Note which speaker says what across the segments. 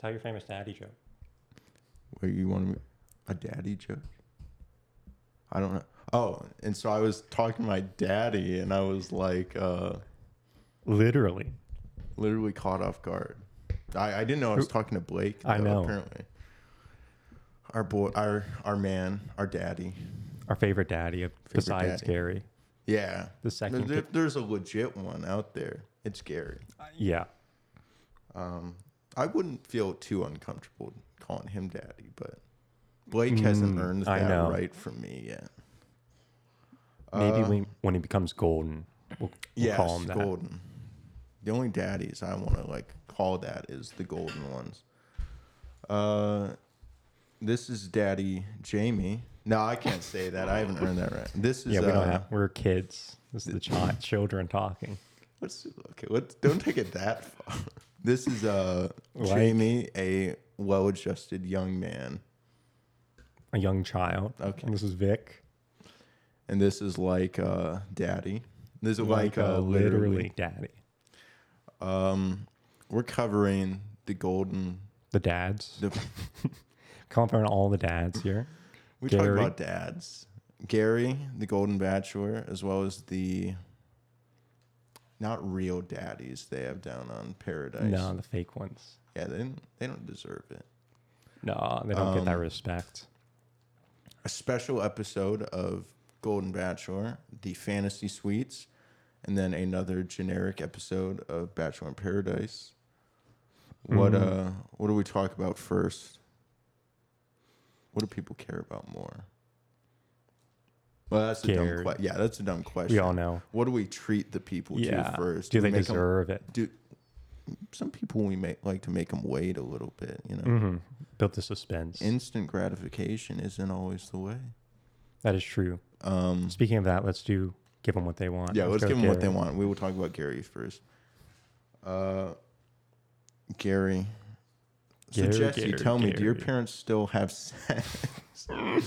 Speaker 1: Tell your famous daddy joke.
Speaker 2: Wait, you want me a daddy joke? I don't know. Oh, and so I was talking to my daddy, and I was like, uh,
Speaker 1: Literally.
Speaker 2: literally caught off guard. I, I didn't know I was talking to Blake.
Speaker 1: I
Speaker 2: though,
Speaker 1: know.
Speaker 2: Apparently, our boy, our our man, our daddy.
Speaker 1: Our favorite daddy of besides
Speaker 2: daddy.
Speaker 1: Gary.
Speaker 2: Yeah,
Speaker 1: The second
Speaker 2: There-
Speaker 1: kid-
Speaker 2: there's a legit one out there. It's Gary.
Speaker 1: Yeah.
Speaker 2: I wouldn't feel too uncomfortable calling him daddy, but Blake hasn't earned
Speaker 1: Mm, I
Speaker 2: that
Speaker 1: know.
Speaker 2: right from me yet.
Speaker 1: Maybe we, when he becomes golden, we'll, we'll
Speaker 2: Yeah,
Speaker 1: call him that.
Speaker 2: Uh, golden. The only daddies I want to like call that is the golden ones. Uh, this is Daddy Jamie. No, I can't say that. I haven't earned that right. This is
Speaker 1: Yeah, we
Speaker 2: uh,
Speaker 1: don't have. We're kids. This is the child, children talking.
Speaker 2: What's okay? What? Don't take it that far. This is uh
Speaker 1: Like-
Speaker 2: Jamie, a well-adjusted young man,
Speaker 1: A young child.
Speaker 2: Okay.
Speaker 1: And this is Vic.
Speaker 2: and this is like uh Daddy. This is like, uh,
Speaker 1: a
Speaker 2: literally.
Speaker 1: daddy.
Speaker 2: Um, we're covering the golden.
Speaker 1: The dads.
Speaker 2: The,
Speaker 1: Covering all the dads here.
Speaker 2: we
Speaker 1: Gary.
Speaker 2: talk about dads. Gary, the Golden Bachelor, as well as the not real daddies they have down on Paradise.
Speaker 1: No, the fake ones.
Speaker 2: Yeah, they didn't, they don't deserve it.
Speaker 1: No, they don't get
Speaker 2: Um,
Speaker 1: that respect.
Speaker 2: a special episode of Golden Bachelor, the Fantasy Suites, and then another generic episode of Bachelor in Paradise. What
Speaker 1: Mm-hmm.
Speaker 2: uh what do we talk about first? What do people care about more? Well, that's a
Speaker 1: Care.
Speaker 2: dumb question. Yeah, that's a dumb question.
Speaker 1: We all know.
Speaker 2: What do we treat the people
Speaker 1: Yeah.
Speaker 2: to first?
Speaker 1: Do
Speaker 2: we
Speaker 1: they
Speaker 2: make 'em-
Speaker 1: deserve it?
Speaker 2: do some people we make like to make them wait a little bit? You know,
Speaker 1: Mm. Build Mm-hmm. the suspense.
Speaker 2: instant gratification isn't always the way.
Speaker 1: that is true.
Speaker 2: Um,
Speaker 1: Speaking of that, let's do give them what they want.
Speaker 2: Yeah, let's
Speaker 1: go
Speaker 2: give them what they
Speaker 1: Gary.
Speaker 2: want. We will talk about Gary first. Uh, Gary. So
Speaker 1: Gary,
Speaker 2: Jesse,
Speaker 1: Gary,
Speaker 2: tell me, do your
Speaker 1: Gary.
Speaker 2: parents still have sex? I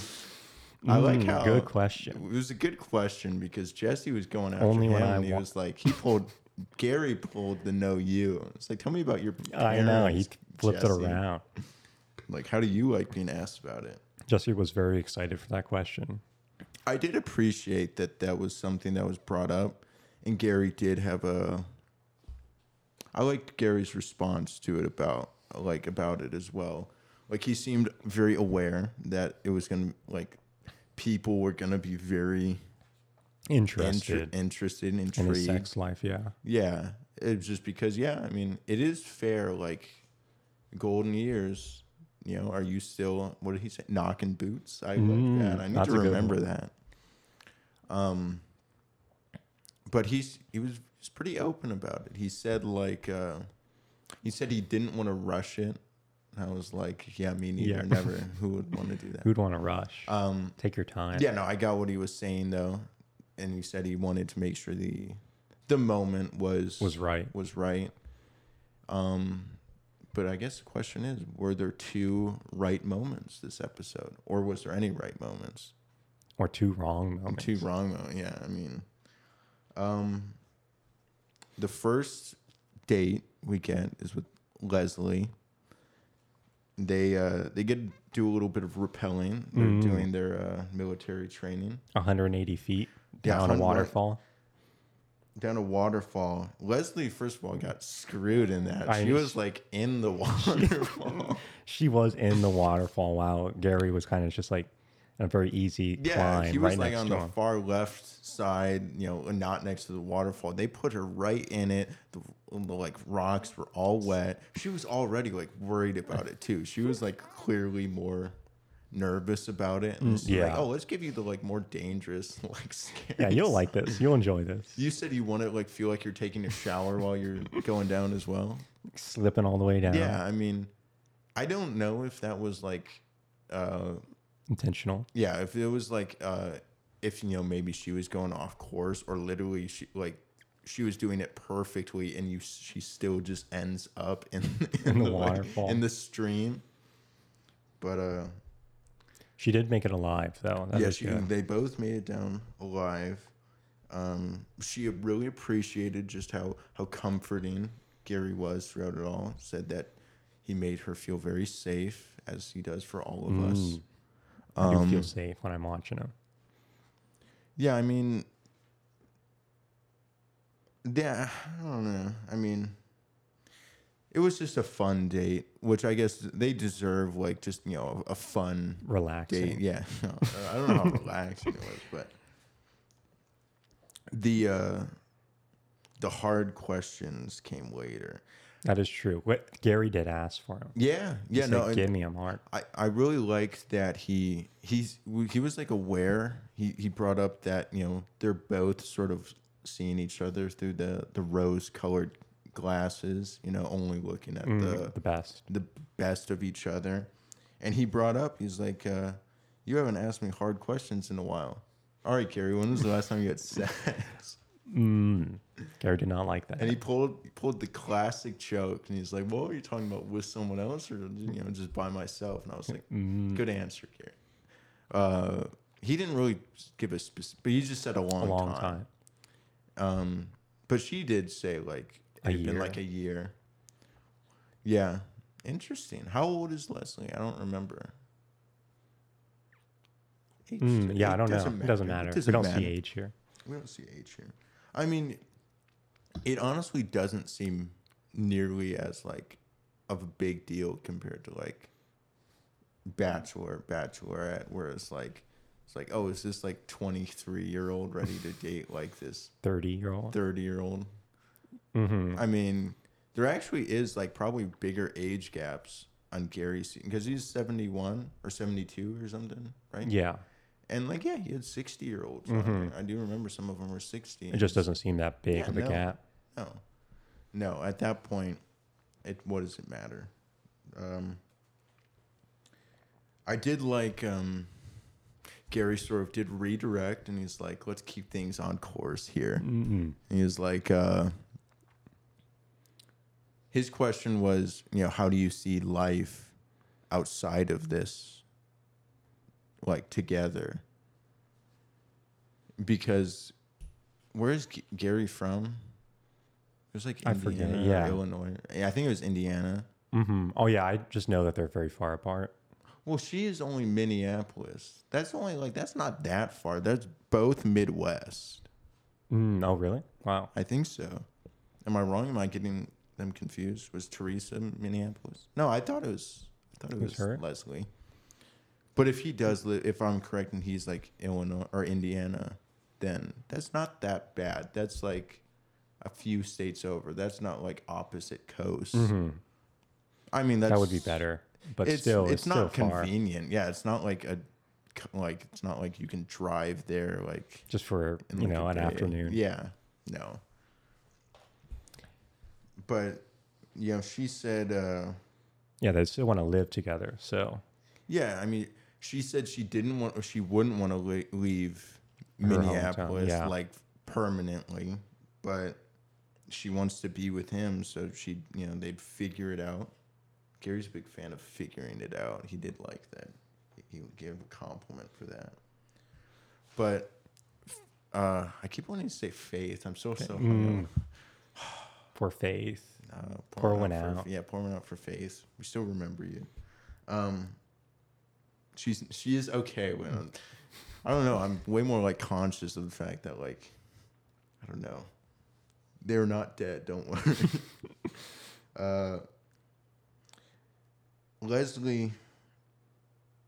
Speaker 2: like
Speaker 1: Mm,
Speaker 2: how
Speaker 1: Good question.
Speaker 2: It was a good question because Jesse was going after
Speaker 1: Only
Speaker 2: him,
Speaker 1: when I
Speaker 2: and he
Speaker 1: wa-
Speaker 2: was like, he pulled Gary pulled the no you. It's like, tell me about your. Parents,
Speaker 1: I know. He flipped
Speaker 2: Jesse.
Speaker 1: it around.
Speaker 2: Like, how do you like being asked about it?
Speaker 1: Jesse was very excited for that question.
Speaker 2: I did appreciate that that was something that was brought up, and Gary did have a. I liked Gary's response to it about like about it as well. Like he seemed very aware that it was gonna like people were gonna be very
Speaker 1: Interested
Speaker 2: inter- interested and
Speaker 1: in
Speaker 2: intrigued.
Speaker 1: his sex life. Yeah.
Speaker 2: Yeah, it's just because yeah, I mean it is fair. Like golden years, you know. Are you still what did he say? Knocking boots. I
Speaker 1: Mm,
Speaker 2: like that. I need
Speaker 1: that's
Speaker 2: to
Speaker 1: a good
Speaker 2: remember that. Um, but he's he was he's pretty open about it. He said like uh, he said he didn't want to rush it. And I was like, yeah, me neither.
Speaker 1: Yeah.
Speaker 2: Never. Who would want to do that?
Speaker 1: Who'd want to rush?
Speaker 2: Um,
Speaker 1: Take your time.
Speaker 2: yeah, no, I got what he was saying though, and he said he wanted to make sure the the moment was
Speaker 1: Was right.
Speaker 2: was right. Um, but I guess the question is, were there two right moments this episode, or was there any right moments?
Speaker 1: Or two wrong moments.
Speaker 2: Two wrong moments. Yeah, I mean, um, the first date we get is with Leslie. They uh, they get to do a little bit of rappelling. They're
Speaker 1: Mm.
Speaker 2: doing their uh, military training.
Speaker 1: 180 feet
Speaker 2: Yeah,
Speaker 1: down a
Speaker 2: 100
Speaker 1: waterfall.
Speaker 2: down a waterfall. Leslie, first of all, got screwed in that.
Speaker 1: I-
Speaker 2: she was like in the waterfall.
Speaker 1: She was in the waterfall while Gary was kind of just like in a very easy
Speaker 2: yeah,
Speaker 1: climb
Speaker 2: she was
Speaker 1: right
Speaker 2: like
Speaker 1: next
Speaker 2: on
Speaker 1: to
Speaker 2: the
Speaker 1: him.
Speaker 2: far left side, you know, not next to the waterfall. They put her right in it. The, the like rocks were all wet. She was already like worried about it too. She was like clearly more nervous about it. And yeah. like,
Speaker 1: Mm, yeah.
Speaker 2: oh, let's give you the like more dangerous, like scary.
Speaker 1: Yeah, you'll like this. You'll enjoy this.
Speaker 2: You said you want to like feel like you're taking a shower while you're going down as well.
Speaker 1: Slipping all the way down.
Speaker 2: Yeah, I mean, I don't know if that was like, uh,
Speaker 1: Intentional.
Speaker 2: yeah, if it was like, uh, if you know, maybe she was going off course, or literally she like she was doing it perfectly, and you she still just ends up in in,
Speaker 1: the
Speaker 2: like,
Speaker 1: waterfall.
Speaker 2: in the stream. But uh,
Speaker 1: She did make it alive though. That
Speaker 2: yeah,
Speaker 1: was
Speaker 2: she,
Speaker 1: good.
Speaker 2: they both made it down alive. Um, she really appreciated just how how comforting Gary was throughout it all. Said that He made her feel very safe, as he does for all of
Speaker 1: Mm.
Speaker 2: us.
Speaker 1: I do
Speaker 2: um,
Speaker 1: feel safe when I'm watching him.
Speaker 2: Yeah, I mean, yeah, I don't know. I mean, it was just a fun date, which I guess they deserve, like, just, you know, a fun
Speaker 1: Relaxing.
Speaker 2: date. Yeah. No, I don't know how relaxing it was, but the, uh, the hard questions came later.
Speaker 1: That is true. What Gary did ask for him.
Speaker 2: Yeah. Yeah.
Speaker 1: He's
Speaker 2: no,
Speaker 1: like,
Speaker 2: and-
Speaker 1: give me him hard.
Speaker 2: I, I really liked that he he's he was like aware he, he brought up that you know they're both sort of seeing each other through the the rose colored glasses you know only looking at
Speaker 1: Mm, The,
Speaker 2: the
Speaker 1: best.
Speaker 2: the best of each other and he brought up he's like uh, you haven't asked me hard questions in a while all right Carrie when was the last time you had sex
Speaker 1: Mm. Gary did not like that.
Speaker 2: and he pulled he pulled the classic joke and he's like what were you talking about with someone else or you know just by myself and I was like
Speaker 1: Mm.
Speaker 2: Good answer, Gary. Uh, he didn't really give a specific, but he just said a long,
Speaker 1: a long
Speaker 2: time.
Speaker 1: time.
Speaker 2: Um, but she did say like
Speaker 1: A
Speaker 2: it had been
Speaker 1: year.
Speaker 2: like a year. Yeah, interesting. How old is Leslie? I don't remember. Age-
Speaker 1: Mm, yeah, I don't know. it doesn't matter.
Speaker 2: It
Speaker 1: we don't see
Speaker 2: matter.
Speaker 1: age here.
Speaker 2: We don't see age here. I mean, it honestly doesn't seem nearly as like of a big deal compared to like Bachelor, Bachelorette, where it's like it's like, oh, is this like twenty three year old ready to date like this
Speaker 1: Thirty year old.
Speaker 2: thirty year old?
Speaker 1: Mm-hmm.
Speaker 2: I mean, there actually is like probably bigger age gaps on Gary's because he's seventy one or seventy two or something, right?
Speaker 1: Yeah, Mm-hmm.
Speaker 2: And like, yeah, he had sixty year olds. on there. I do remember some of them were sixty.
Speaker 1: it just doesn't seem that big
Speaker 2: Yeah,
Speaker 1: of a
Speaker 2: no.
Speaker 1: gap.
Speaker 2: No, no. At that point, it what does it matter? Um, I did like um, Gary sort of did redirect, and he's like, "Let's keep things on course here."
Speaker 1: Mm-hmm. Mm-mm.
Speaker 2: And he was like, uh, his question was, you know, how do you see life outside of this, like together? Because where is G- Gary from? It was like
Speaker 1: I forget,
Speaker 2: Indiana, or
Speaker 1: yeah.
Speaker 2: Illinois. Yeah, I think it was Indiana.
Speaker 1: hmm Oh yeah, I just know that they're very far apart.
Speaker 2: Well, she is only Minneapolis. That's only like that's not that far. That's both Midwest.
Speaker 1: Mm, oh really? Wow.
Speaker 2: I think so. Am I wrong? Am I getting them confused? Was Teresa Minneapolis? No, I thought it was. I thought it
Speaker 1: was
Speaker 2: was
Speaker 1: her?
Speaker 2: Leslie. But if he does live, if I'm correct, and he's like Illinois or Indiana, then that's not that bad. That's like a few states over. That's not like opposite coasts.
Speaker 1: Mhm.
Speaker 2: I mean, that's,
Speaker 1: That would be better, but
Speaker 2: it's
Speaker 1: still,
Speaker 2: it's,
Speaker 1: it's,
Speaker 2: not
Speaker 1: still far.
Speaker 2: convenient. Yeah, it's not like a like it's not like you can drive there like
Speaker 1: Just for
Speaker 2: in,
Speaker 1: you
Speaker 2: like,
Speaker 1: know
Speaker 2: a
Speaker 1: an
Speaker 2: day.
Speaker 1: afternoon.
Speaker 2: Yeah, no. But you know, she said, uh,
Speaker 1: Yeah, they still want to live together. So
Speaker 2: yeah. I mean, she said she didn't want, or she wouldn't want to le- leave
Speaker 1: Her hometown,
Speaker 2: Minneapolis
Speaker 1: yeah.
Speaker 2: like permanently, but she wants to be with him, so she, you know, they'd figure it out. Gary's a big fan of figuring it out. He did like that. He would give a compliment for that. But uh, I keep wanting to say faith. I'm so so hung up.
Speaker 1: Mm. for faith,
Speaker 2: Uh,
Speaker 1: Pour one
Speaker 2: for-
Speaker 1: out.
Speaker 2: yeah, pour one out for faith. We still remember you. Um, she's she is okay when I'm, I don't know. I'm way more like conscious of the fact that like I don't know. They're not dead. Don't worry. uh, Leslie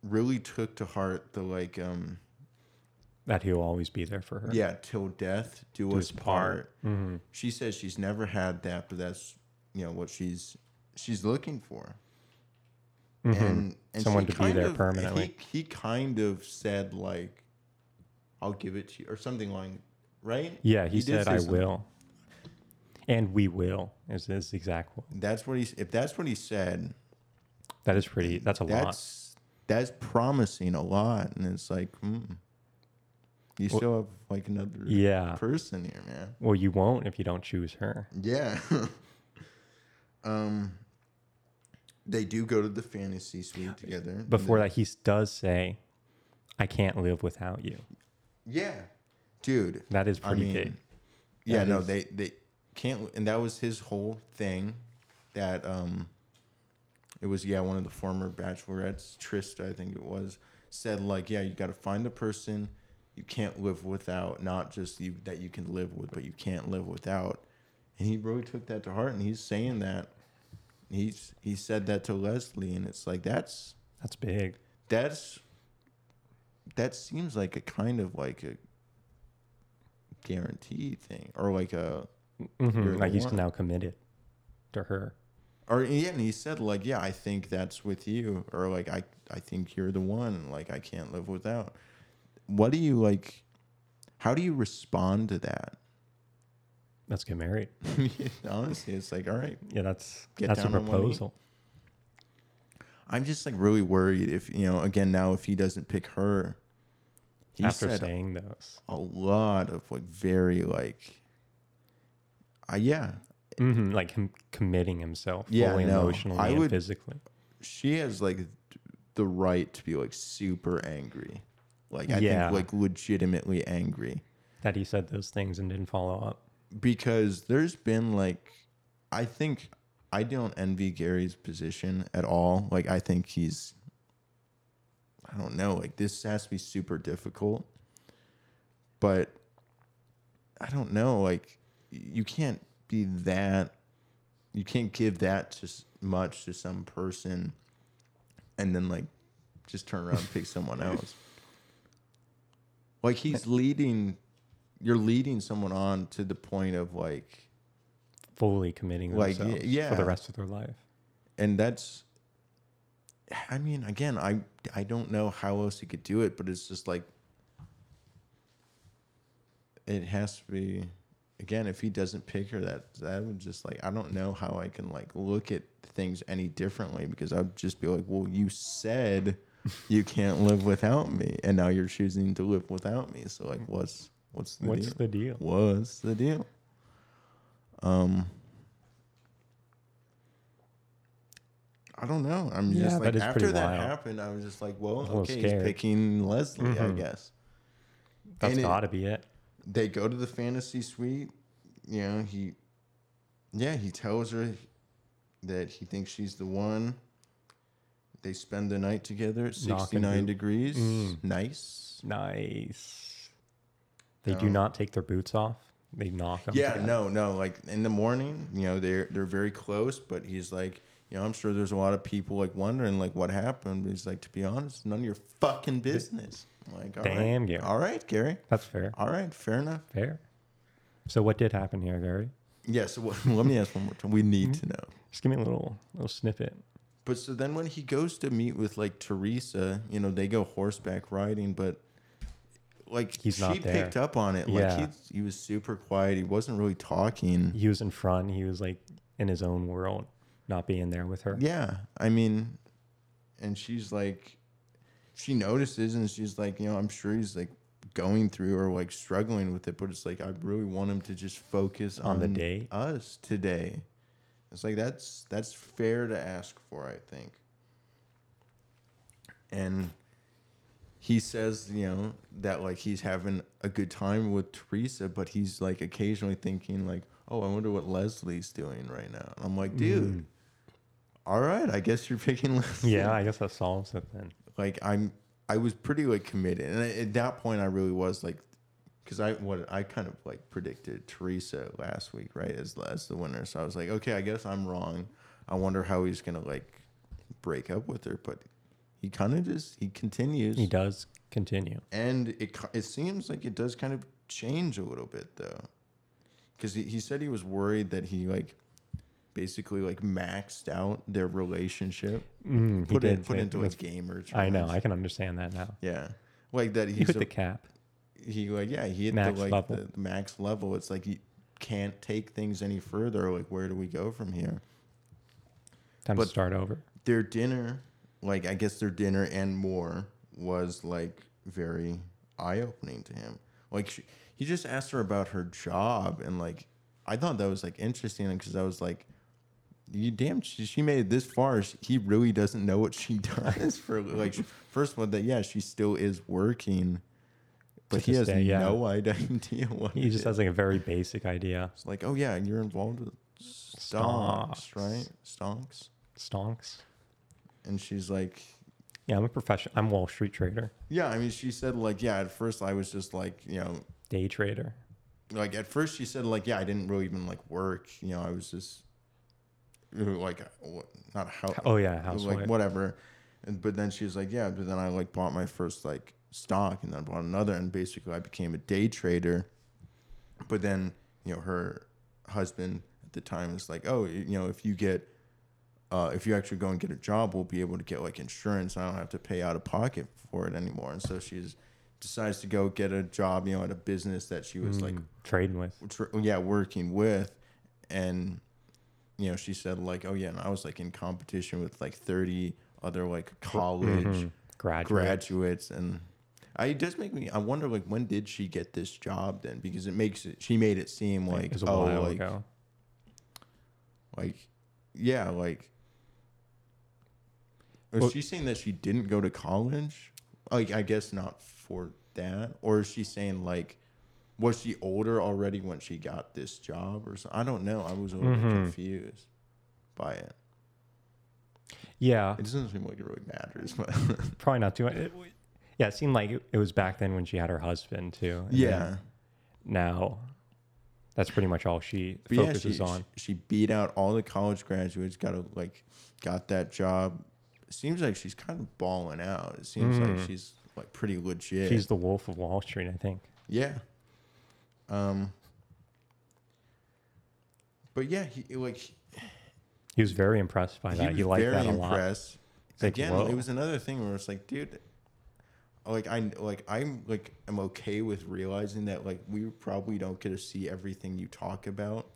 Speaker 2: really took to heart the like um
Speaker 1: that he'll always be there for her.
Speaker 2: yeah till death do,
Speaker 1: Do us
Speaker 2: us part
Speaker 1: Mhm.
Speaker 2: she says she's never had that, but that's you know what she's she's looking for.
Speaker 1: Mhm.
Speaker 2: And, and
Speaker 1: Someone
Speaker 2: she
Speaker 1: to be
Speaker 2: kind
Speaker 1: there
Speaker 2: of-
Speaker 1: permanently.
Speaker 2: He, he kind of said like, "I'll give it to you," or something like, right?
Speaker 1: yeah, he,
Speaker 2: did
Speaker 1: said,
Speaker 2: say
Speaker 1: "I
Speaker 2: something.
Speaker 1: will," and we will is is the exact. quote.
Speaker 2: That's what he. If that's what he said,
Speaker 1: That is pretty. That's a lot.
Speaker 2: that's that's promising a lot, and it's like, hmm, you still have like another
Speaker 1: Yeah.
Speaker 2: person here, man.
Speaker 1: Well, you won't if you don't choose her.
Speaker 2: Yeah. um, they do go to the fantasy suite together and
Speaker 1: Before that, he s- does say, "I can't live without you."
Speaker 2: Yeah, dude.
Speaker 1: That is
Speaker 2: I
Speaker 1: pretty
Speaker 2: mean,
Speaker 1: big.
Speaker 2: Yeah,
Speaker 1: That
Speaker 2: no,
Speaker 1: is-
Speaker 2: they they can't, and that was his whole thing. That um, It was yeah, one of the former bachelorettes, Trista, I think it was, said like, yeah, you got to find a person you can't live without, not just you that you can live with, but you can't live without. And he really took that to heart, and he's saying that. He's he said that to Leslie, and it's like that's
Speaker 1: That's big.
Speaker 2: that's that seems like a kind of like a guarantee thing or like a
Speaker 1: Mhm. Like he's
Speaker 2: one.
Speaker 1: now committed to her.
Speaker 2: or yeah and he said like yeah i think that's with you or like i i think you're the one like i can't live without what do you like how do you respond to that
Speaker 1: Let's get married.
Speaker 2: honestly it's like all right
Speaker 1: Yeah, that's
Speaker 2: Get
Speaker 1: that's a
Speaker 2: down on one knee.
Speaker 1: proposal.
Speaker 2: i'm just like really worried if you know again now if he doesn't pick her he
Speaker 1: After
Speaker 2: said
Speaker 1: saying those,
Speaker 2: a lot of like very like uh, yeah
Speaker 1: hmm like him committing himself
Speaker 2: Yeah,
Speaker 1: fully
Speaker 2: no.
Speaker 1: emotionally
Speaker 2: I
Speaker 1: and
Speaker 2: would-
Speaker 1: physically.
Speaker 2: she has like the right to be like super angry. Like I
Speaker 1: Yeah.
Speaker 2: think like legitimately angry
Speaker 1: That he said those things and didn't follow up.
Speaker 2: because there's been like I think I don't envy Gary's position at all. Like I think he's I don't know, like this has to be super difficult. But I don't know, like you can't be that you can't give that to s- much to some person and then like just turn around and pick someone else. Like he's leading you're leading someone on to the point of like
Speaker 1: Fully committing
Speaker 2: Like,
Speaker 1: themselves
Speaker 2: yeah.
Speaker 1: for the rest of their life.
Speaker 2: and that's I mean again I I don't know how else you could do it but it's just like it has to be again if he doesn't pick her that that would just like I don't know how I can like look at things any differently because I'd just be like well you said you can't live without me and now you're choosing to live without me so like what's what's the
Speaker 1: What's
Speaker 2: deal?
Speaker 1: the deal?
Speaker 2: What's the deal? Um, I don't know. I'm
Speaker 1: Yeah,
Speaker 2: just like
Speaker 1: that is
Speaker 2: after
Speaker 1: pretty
Speaker 2: that
Speaker 1: wild.
Speaker 2: happened, I was just like, well,
Speaker 1: little
Speaker 2: okay, he's
Speaker 1: scared. Mm-hmm.
Speaker 2: picking Leslie, I guess.
Speaker 1: That's
Speaker 2: And it-
Speaker 1: got to be it.
Speaker 2: They go to the fantasy suite. You know, he, yeah, he tells her that he thinks she's the one. They spend the night together at
Speaker 1: Knock and
Speaker 2: 69
Speaker 1: boot.
Speaker 2: degrees.
Speaker 1: Mm.
Speaker 2: Nice.
Speaker 1: Nice. They do
Speaker 2: Um,
Speaker 1: not take their boots off. They knock them.
Speaker 2: Yeah, no, no. Like in the morning, you know, they're they're very close, but he's like, you know, I'm sure there's a lot of people like wondering like what happened. But he's like, to be honest, none of your fucking business. I'm like, all right,
Speaker 1: Damn, Gary.
Speaker 2: all right, Gary,
Speaker 1: That's fair.
Speaker 2: all right, fair enough.
Speaker 1: Fair. So what did happen here, Gary?
Speaker 2: Yeah. So what, let me ask one more time. We need
Speaker 1: Mm-hmm.
Speaker 2: to know.
Speaker 1: Just give me a little little snippet.
Speaker 2: But so then when he goes to meet with like Teresa, you know, they go horseback riding, but like
Speaker 1: He's
Speaker 2: she
Speaker 1: not there.
Speaker 2: picked up on it. Like
Speaker 1: Yeah.
Speaker 2: he, he was super quiet. He wasn't really talking.
Speaker 1: He was in front. He was like in his own world, not being there with her.
Speaker 2: Yeah, I mean, and she's like, she notices and she's like, you know, I'm sure he's like going through or like struggling with it, but it's like I really want him to just focus on,
Speaker 1: On the day?
Speaker 2: us today. It's like that's that's fair to ask for, I think. And he says, you know, that like he's having a good time with Teresa, but he's like occasionally thinking like, oh, I wonder what Leslie's doing right now. And I'm like, dude, all right, I guess you're picking Leslie.
Speaker 1: Yeah, I guess that solves it then.
Speaker 2: like I'm, I was pretty like committed, and at that point, I really was like, because I what I kind of like predicted Teresa last week, right, as as the winner. So I was like, okay, I guess I'm wrong. I wonder how he's gonna like break up with her, but he kind of just he continues
Speaker 1: He does continue.
Speaker 2: and it ki- it seems like it does kind of change a little bit though, because he, he said he was worried that he like basically like maxed out their relationship,
Speaker 1: Mm, he
Speaker 2: put it
Speaker 1: did
Speaker 2: put
Speaker 1: say-
Speaker 2: into like
Speaker 1: with-
Speaker 2: gamer.
Speaker 1: I know.
Speaker 2: terms.
Speaker 1: I can understand that now.
Speaker 2: yeah, like that
Speaker 1: He
Speaker 2: he's
Speaker 1: hit
Speaker 2: a-
Speaker 1: the cap.
Speaker 2: he like yeah he hit
Speaker 1: Max
Speaker 2: the like
Speaker 1: level.
Speaker 2: The, the max level. It's like you can't take things any further. Like where do we go from here?
Speaker 1: Time
Speaker 2: but-
Speaker 1: to start over.
Speaker 2: their dinner, like I guess their dinner and more was like very eye opening to him. Like she, he just asked her about her job, and like I thought that was like interesting because I was like, "You damn, she, she made it this far. She, he really doesn't know what she does for like first of all that yeah she still is working, but
Speaker 1: To
Speaker 2: he has
Speaker 1: this day, yeah.
Speaker 2: no idea what
Speaker 1: He
Speaker 2: it
Speaker 1: just
Speaker 2: is.
Speaker 1: has like a very basic idea.
Speaker 2: It's like oh yeah, you're involved with stonks,
Speaker 1: Stonks.
Speaker 2: right? Stonks.
Speaker 1: Stonks.
Speaker 2: and she's like,
Speaker 1: Yeah, I'm a professional. I'm Wall Street trader,
Speaker 2: yeah. I mean, she said like, yeah. At first, I was just like, you know,
Speaker 1: day trader.
Speaker 2: like at first she said like, yeah, I didn't really even like work. You know, I was just you know, like, uh, what- not how.
Speaker 1: Oh yeah,
Speaker 2: It was
Speaker 1: housewife.
Speaker 2: like whatever. And but then she was like, yeah. But then I like bought my first like stock, and then bought another, and basically I became a day trader. But then you know her husband at the time was like, oh, you you know, if you get, uh, if you actually go and get a job, we'll be able to get like insurance. I don't have to pay out of pocket for it anymore. And so she's decides to go get a job, you know, at a business that she was
Speaker 1: Mm.
Speaker 2: like
Speaker 1: trading with.
Speaker 2: tr- yeah working with and you know she said like oh yeah and i was like in competition with like 30 other like
Speaker 1: Mm-hmm.
Speaker 2: college
Speaker 1: Graduate.
Speaker 2: graduates and I, it does make me i wonder like when did she get this job then because it makes it she made it seem
Speaker 1: it
Speaker 2: like
Speaker 1: was a
Speaker 2: oh
Speaker 1: while
Speaker 2: like
Speaker 1: ago.
Speaker 2: like yeah like was
Speaker 1: Well-
Speaker 2: she saying that she didn't go to college like i guess not for that or is she saying like was she older already when she got this job or something i don't know i was a little bit
Speaker 1: Mm-hmm.
Speaker 2: confused by it
Speaker 1: Yeah,
Speaker 2: it doesn't seem like it really matters but
Speaker 1: probably not too much. It, yeah, it seemed like it, it was back then when she had her husband too. and then
Speaker 2: yeah
Speaker 1: Now, that's pretty much all she
Speaker 2: but yeah
Speaker 1: focuses
Speaker 2: she,
Speaker 1: on.
Speaker 2: she beat out all the college graduates got a like got that job seems like she's kind of balling out it seems like she's like pretty legit
Speaker 1: Mm. She's the wolf of Wall Street, I think.
Speaker 2: Yeah. Um. But yeah, he like he-
Speaker 1: He was very impressed by
Speaker 2: he
Speaker 1: that.
Speaker 2: was
Speaker 1: He liked
Speaker 2: very
Speaker 1: that a lot.
Speaker 2: impressed.
Speaker 1: like,
Speaker 2: Again,
Speaker 1: whoa.
Speaker 2: it was another thing where it's like, dude, like I like I'm like I'm okay with realizing that like we probably don't get to see everything you talk about.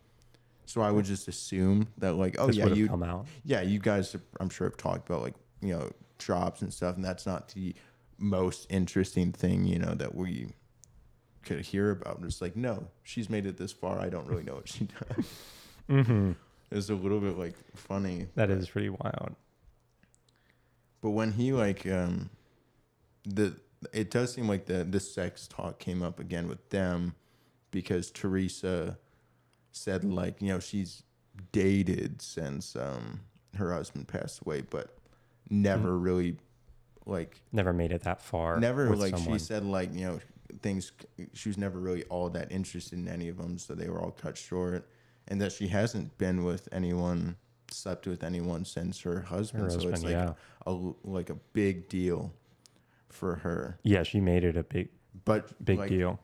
Speaker 2: So I would just assume that like, oh
Speaker 1: This
Speaker 2: yeah,
Speaker 1: would have
Speaker 2: you
Speaker 1: come out.
Speaker 2: yeah, you guys, I'm sure have talked about like you know jobs and stuff, and that's not the most interesting thing you know that we could hear about. It's like, no, she's made it this far. I don't really know what she does. It's a little bit like funny,
Speaker 1: That is pretty wild.
Speaker 2: but when he like um the it does seem like the the sex talk came up again with them because Teresa said like you know she's dated since um her husband passed away but never really like
Speaker 1: Never made it that far.
Speaker 2: never
Speaker 1: with
Speaker 2: like
Speaker 1: someone.
Speaker 2: she said like you know things she was never really all that interested in any of them so they were all cut short and that she hasn't been with anyone slept with anyone since her husband, so it's
Speaker 1: husband,
Speaker 2: like
Speaker 1: yeah.
Speaker 2: a like a big deal for her
Speaker 1: Yeah, she made it a big,
Speaker 2: but
Speaker 1: big
Speaker 2: like,
Speaker 1: deal.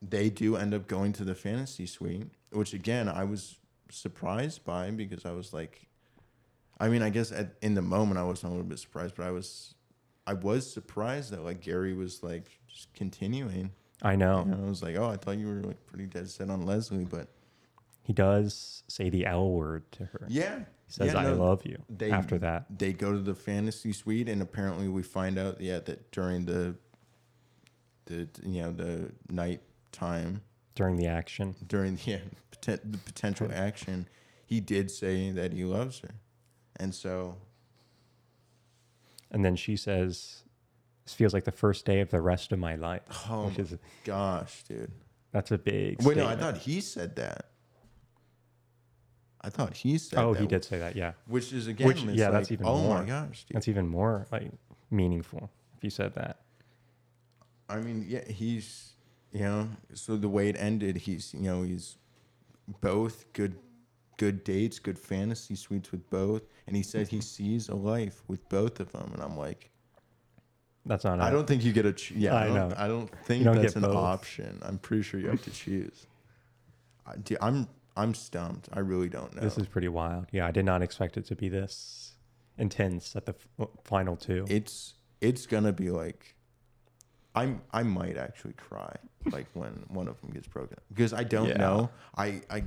Speaker 2: they do end up going to the fantasy suite which again i was surprised by because i was like i mean i guess at, in the moment i was a little bit surprised but i was i was surprised that like gary was like just continuing
Speaker 1: I know.
Speaker 2: and I was like, oh, I thought you were like pretty dead set on Leslie, but
Speaker 1: He does say the L word to her.
Speaker 2: yeah,
Speaker 1: He says,
Speaker 2: yeah,
Speaker 1: I
Speaker 2: no,
Speaker 1: love you
Speaker 2: they-
Speaker 1: after that.
Speaker 2: They go to the fantasy suite, and apparently we find out, yeah, that during the, the you know the night time
Speaker 1: during the action.
Speaker 2: during the, yeah, poten- the potential action, he did say that he loves her, and so
Speaker 1: And then she says, This feels like the first day of the rest of my life.
Speaker 2: Oh
Speaker 1: which is,
Speaker 2: gosh, dude.
Speaker 1: that's a big.
Speaker 2: Wait, no, I
Speaker 1: statement.
Speaker 2: thought he said that. I thought he said.
Speaker 1: Oh,
Speaker 2: that,
Speaker 1: he did say that. Yeah.
Speaker 2: Which is again,
Speaker 1: Which-
Speaker 2: it's
Speaker 1: yeah, that's
Speaker 2: like,
Speaker 1: even
Speaker 2: oh my
Speaker 1: more.
Speaker 2: gosh, dude.
Speaker 1: That's even more like meaningful if you said that.
Speaker 2: I mean, yeah, he's you know, so the way it ended, he's you know, he's both good good dates, good fantasy suites with both, and he said he sees a life with both of them, and I'm like,
Speaker 1: That's not.
Speaker 2: I
Speaker 1: a-
Speaker 2: don't think you get a ch- yeah, I
Speaker 1: I
Speaker 2: don't,
Speaker 1: know.
Speaker 2: I don't think
Speaker 1: don't
Speaker 2: that's
Speaker 1: get
Speaker 2: an
Speaker 1: both.
Speaker 2: option. I'm pretty sure you have to choose. I, dude, I'm I'm stumped. I really don't know.
Speaker 1: This is pretty wild. Yeah, I did not expect it to be this intense at the f- uh, final two.
Speaker 2: it's it's gonna be like I'm I might actually cry like when one of them gets broken because I don't
Speaker 1: Yeah.
Speaker 2: know I I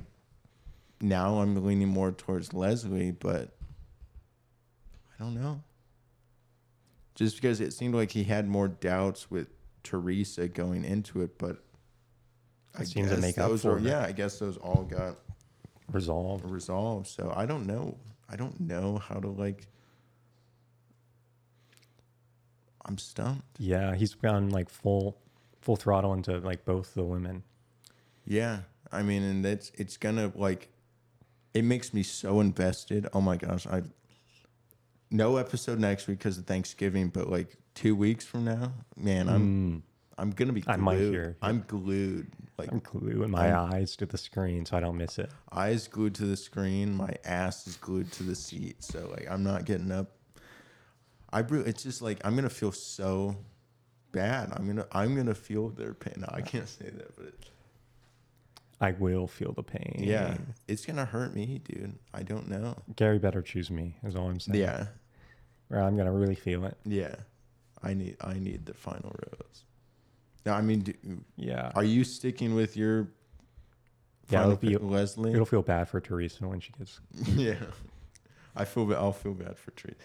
Speaker 2: now I'm leaning more towards Leslie but I don't know just because it seemed like he had more doubts with Teresa going into it but I
Speaker 1: It seemed to
Speaker 2: guess
Speaker 1: make up
Speaker 2: those
Speaker 1: for
Speaker 2: were-
Speaker 1: it.
Speaker 2: yeah I guess those all got
Speaker 1: Resolved.
Speaker 2: resolved so I don't know I don't know how to like I'm stumped.
Speaker 1: Yeah, he's gone like full, full throttle into like both the women.
Speaker 2: Yeah, I mean, and that's it's gonna like, it makes me so invested. Oh my gosh, I, no episode next week because of Thanksgiving, but like two weeks from now, man, I'm
Speaker 1: Mm.
Speaker 2: I'm gonna be. Glued.
Speaker 1: I might hear, yeah.
Speaker 2: I'm glued. Like
Speaker 1: I'm gluing my eyes to the screen so I don't miss it.
Speaker 2: eyes glued to the screen, my ass is glued to the seat. So like I'm not getting up. I bre- it's just like I'm gonna feel so bad. I'm gonna I'm gonna feel their pain. No, I can't say that, but it,
Speaker 1: I will feel the pain.
Speaker 2: yeah, it's gonna hurt me, dude. I don't know.
Speaker 1: Gary better choose me, is all I'm saying.
Speaker 2: Yeah,
Speaker 1: Or I'm going to really feel it.
Speaker 2: yeah. I need I need the final rose. Now, I mean, do,
Speaker 1: Yeah.
Speaker 2: are you sticking with your
Speaker 1: Yeah,
Speaker 2: final
Speaker 1: it'll be-
Speaker 2: pick, Leslie?
Speaker 1: It'll feel bad for Teresa when she gets.
Speaker 2: yeah, I feel ba- I'll feel bad for Treat.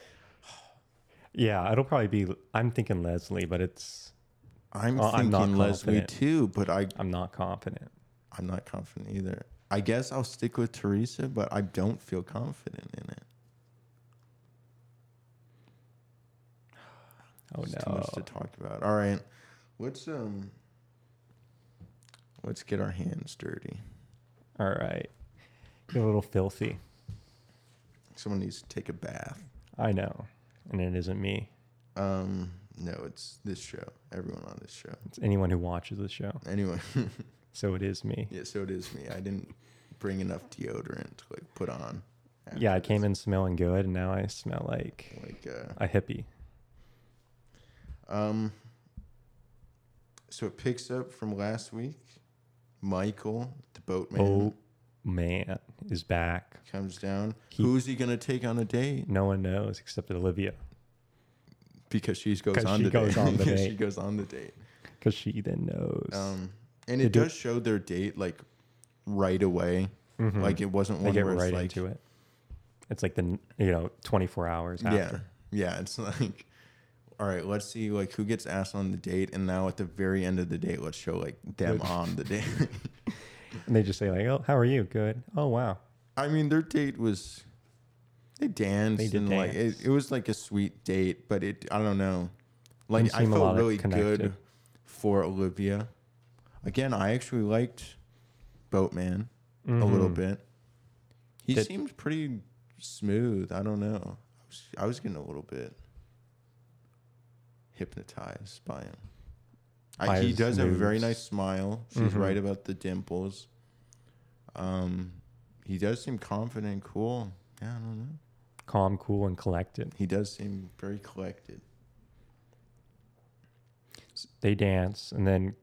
Speaker 1: Yeah, it'll probably be. I'm thinking Leslie, but it's.
Speaker 2: I'm
Speaker 1: Oh, I'm
Speaker 2: thinking
Speaker 1: not
Speaker 2: Leslie
Speaker 1: confident.
Speaker 2: too, but I
Speaker 1: I'm not confident.
Speaker 2: I'm not confident either. I guess I'll stick with Teresa, but I don't feel confident in it.
Speaker 1: Oh
Speaker 2: It's Too
Speaker 1: no.
Speaker 2: much to talk about. All right, let's um, let's get our hands dirty.
Speaker 1: All right. Get a little filthy.
Speaker 2: Someone needs to take a bath.
Speaker 1: I know, and it isn't me.
Speaker 2: Um, no, it's this show. Everyone on this show.
Speaker 1: It's anyone who watches the show.
Speaker 2: Anyway,
Speaker 1: So it is me.
Speaker 2: yeah. So it is me. I didn't bring enough deodorant to like put on. after
Speaker 1: Yeah, I
Speaker 2: this.
Speaker 1: came in smelling good, and now I smell like
Speaker 2: like uh,
Speaker 1: a hippie.
Speaker 2: Um, so it picks up from last week. Michael, the boatman,
Speaker 1: Oh man, is back.
Speaker 2: comes down.
Speaker 1: He-
Speaker 2: Who's he going to take on a date?
Speaker 1: No one knows except Olivia,
Speaker 2: Because she goes
Speaker 1: 'Cause
Speaker 2: on
Speaker 1: she
Speaker 2: the
Speaker 1: goes
Speaker 2: date.
Speaker 1: on the
Speaker 2: Yeah, she
Speaker 1: date.
Speaker 2: goes on the date.
Speaker 1: because she then knows.
Speaker 2: Um, and
Speaker 1: They
Speaker 2: it
Speaker 1: do-
Speaker 2: does show their date like right away.
Speaker 1: Mhm.
Speaker 2: Like it wasn't
Speaker 1: they
Speaker 2: one
Speaker 1: get
Speaker 2: where
Speaker 1: right
Speaker 2: it's like
Speaker 1: into it. It's like the n- you know 24 hours after.
Speaker 2: Yeah. Yeah. It's like, all right, let's see like who gets asked on the date. And now at the very end of the date, let's show like them
Speaker 1: Good.
Speaker 2: on the date.
Speaker 1: And they just say like, "Oh, how are you? Good. Oh, wow.
Speaker 2: I mean, their date was they danced
Speaker 1: They did
Speaker 2: and like
Speaker 1: dance.
Speaker 2: it, it was like a sweet date, but it I don't know.
Speaker 1: Didn't
Speaker 2: Like I
Speaker 1: seem a lot
Speaker 2: felt
Speaker 1: of
Speaker 2: really good
Speaker 1: connected.
Speaker 2: for Olivia. Again, I actually liked Boatman a little
Speaker 1: Mhm.
Speaker 2: bit. He
Speaker 1: Did-
Speaker 2: seemed pretty smooth. I don't know. I was, I was getting a little bit hypnotized by him. I, he
Speaker 1: Eyes
Speaker 2: does have a very
Speaker 1: moves.
Speaker 2: nice smile. She's
Speaker 1: Mhm.
Speaker 2: right about the dimples. Um, he does seem confident and cool. Yeah, I don't know.
Speaker 1: Calm, cool, and collected.
Speaker 2: He does seem very collected.
Speaker 1: S- They dance, and then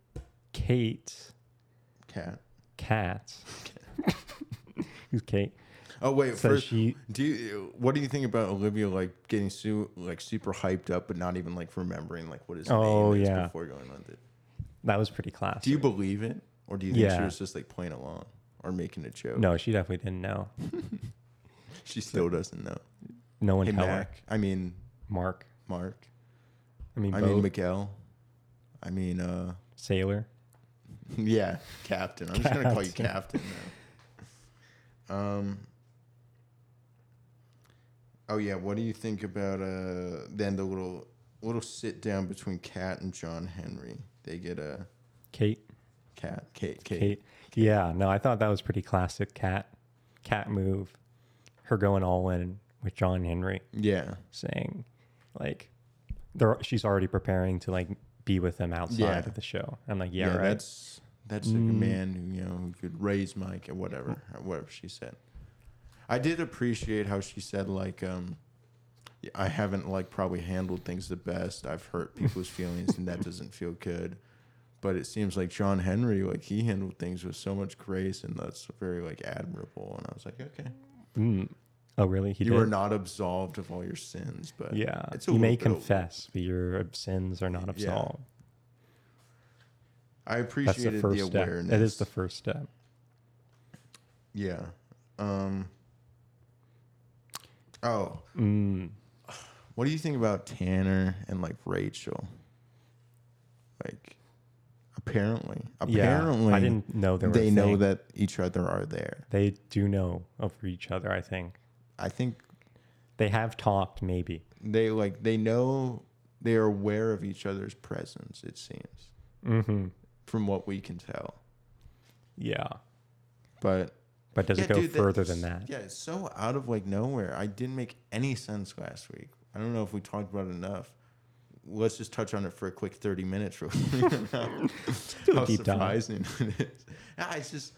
Speaker 1: Kate,
Speaker 2: Cat.
Speaker 1: Kat, who's Kate?
Speaker 2: Oh wait,
Speaker 1: So
Speaker 2: first,
Speaker 1: she
Speaker 2: do you, what do you think about Olivia like getting su- like super hyped up, but not even like remembering like what his
Speaker 1: Oh,
Speaker 2: name is
Speaker 1: yeah.
Speaker 2: before going on it?
Speaker 1: that was pretty classic.
Speaker 2: Do you believe it, or do you think she
Speaker 1: Yeah.
Speaker 2: was just like playing along or making a joke?
Speaker 1: no, she definitely didn't know.
Speaker 2: she still doesn't know.
Speaker 1: No one
Speaker 2: Hey,
Speaker 1: tell her.
Speaker 2: Mac. I mean,
Speaker 1: Mark.
Speaker 2: Mark.
Speaker 1: I mean,
Speaker 2: I
Speaker 1: Bo,
Speaker 2: mean, Miguel. I mean, uh,
Speaker 1: Sailor.
Speaker 2: yeah, Captain. I'm just gonna call you Captain now. Um. Oh yeah, what do you think about uh then the little little sit down between Kat and John Henry? They get a
Speaker 1: Kate.
Speaker 2: Kat, Kate, Kate.
Speaker 1: Kate. Yeah, no, I thought that was pretty classic cat cat move. Her going all in with John Henry
Speaker 2: Yeah,
Speaker 1: saying like they're she's already preparing to like be with him outside
Speaker 2: Yeah.
Speaker 1: of the show. I'm like, yeah,
Speaker 2: yeah.
Speaker 1: right. Mm.
Speaker 2: That's that's like a man who you know who could raise Mike or whatever, or whatever she said. I did appreciate how she said like um. yeah, I haven't like probably handled things the best. I've hurt people's feelings, and that doesn't feel good. But it seems like John Henry, like he handled things with so much grace, and that's very like admirable. And I was like, okay,
Speaker 1: Mm. Oh really? He
Speaker 2: you
Speaker 1: did.
Speaker 2: are not absolved of all your sins, but
Speaker 1: yeah.
Speaker 2: it's a
Speaker 1: You may
Speaker 2: little bit of-
Speaker 1: confess, but your sins are not
Speaker 2: Yeah.
Speaker 1: absolved.
Speaker 2: I
Speaker 1: That's the
Speaker 2: appreciated the,
Speaker 1: first step.
Speaker 2: awareness.
Speaker 1: That is the first step.
Speaker 2: yeah. Um. Oh,
Speaker 1: Mm.
Speaker 2: what do you think about Tanner and like Rachel? Like, apparently, apparently,
Speaker 1: yeah. I didn't know there were a
Speaker 2: they know
Speaker 1: thing.
Speaker 2: that each other are there.
Speaker 1: they do know of each other, I think.
Speaker 2: I think
Speaker 1: They have talked maybe.
Speaker 2: they like they know they are aware of each other's presence. It seems
Speaker 1: Mhm.
Speaker 2: from what we can tell,
Speaker 1: Yeah.
Speaker 2: but
Speaker 1: But does it go
Speaker 2: dude, that-
Speaker 1: further than that?
Speaker 2: Yeah, it's so out of like nowhere. I didn't make any sense last week. I don't know if we talked about it enough. Let's just touch on it for a quick thirty minutes. real quick.
Speaker 1: a
Speaker 2: How
Speaker 1: deep dive.
Speaker 2: surprising it is. Nah, it's just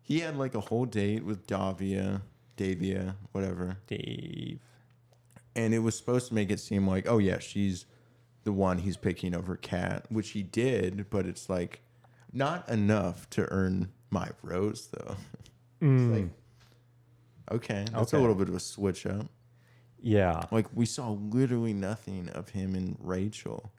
Speaker 2: he had like a whole date with Davia, Davia, whatever,
Speaker 1: Dave.
Speaker 2: and it was supposed to make it seem like, oh yeah, she's the one he's picking over Cat, which he did, but it's like not enough to earn my rose though.
Speaker 1: Mm,
Speaker 2: Like, okay, that's a
Speaker 1: Okay.
Speaker 2: little bit of a switch up.
Speaker 1: yeah.
Speaker 2: Like we saw literally nothing of him and Rachel.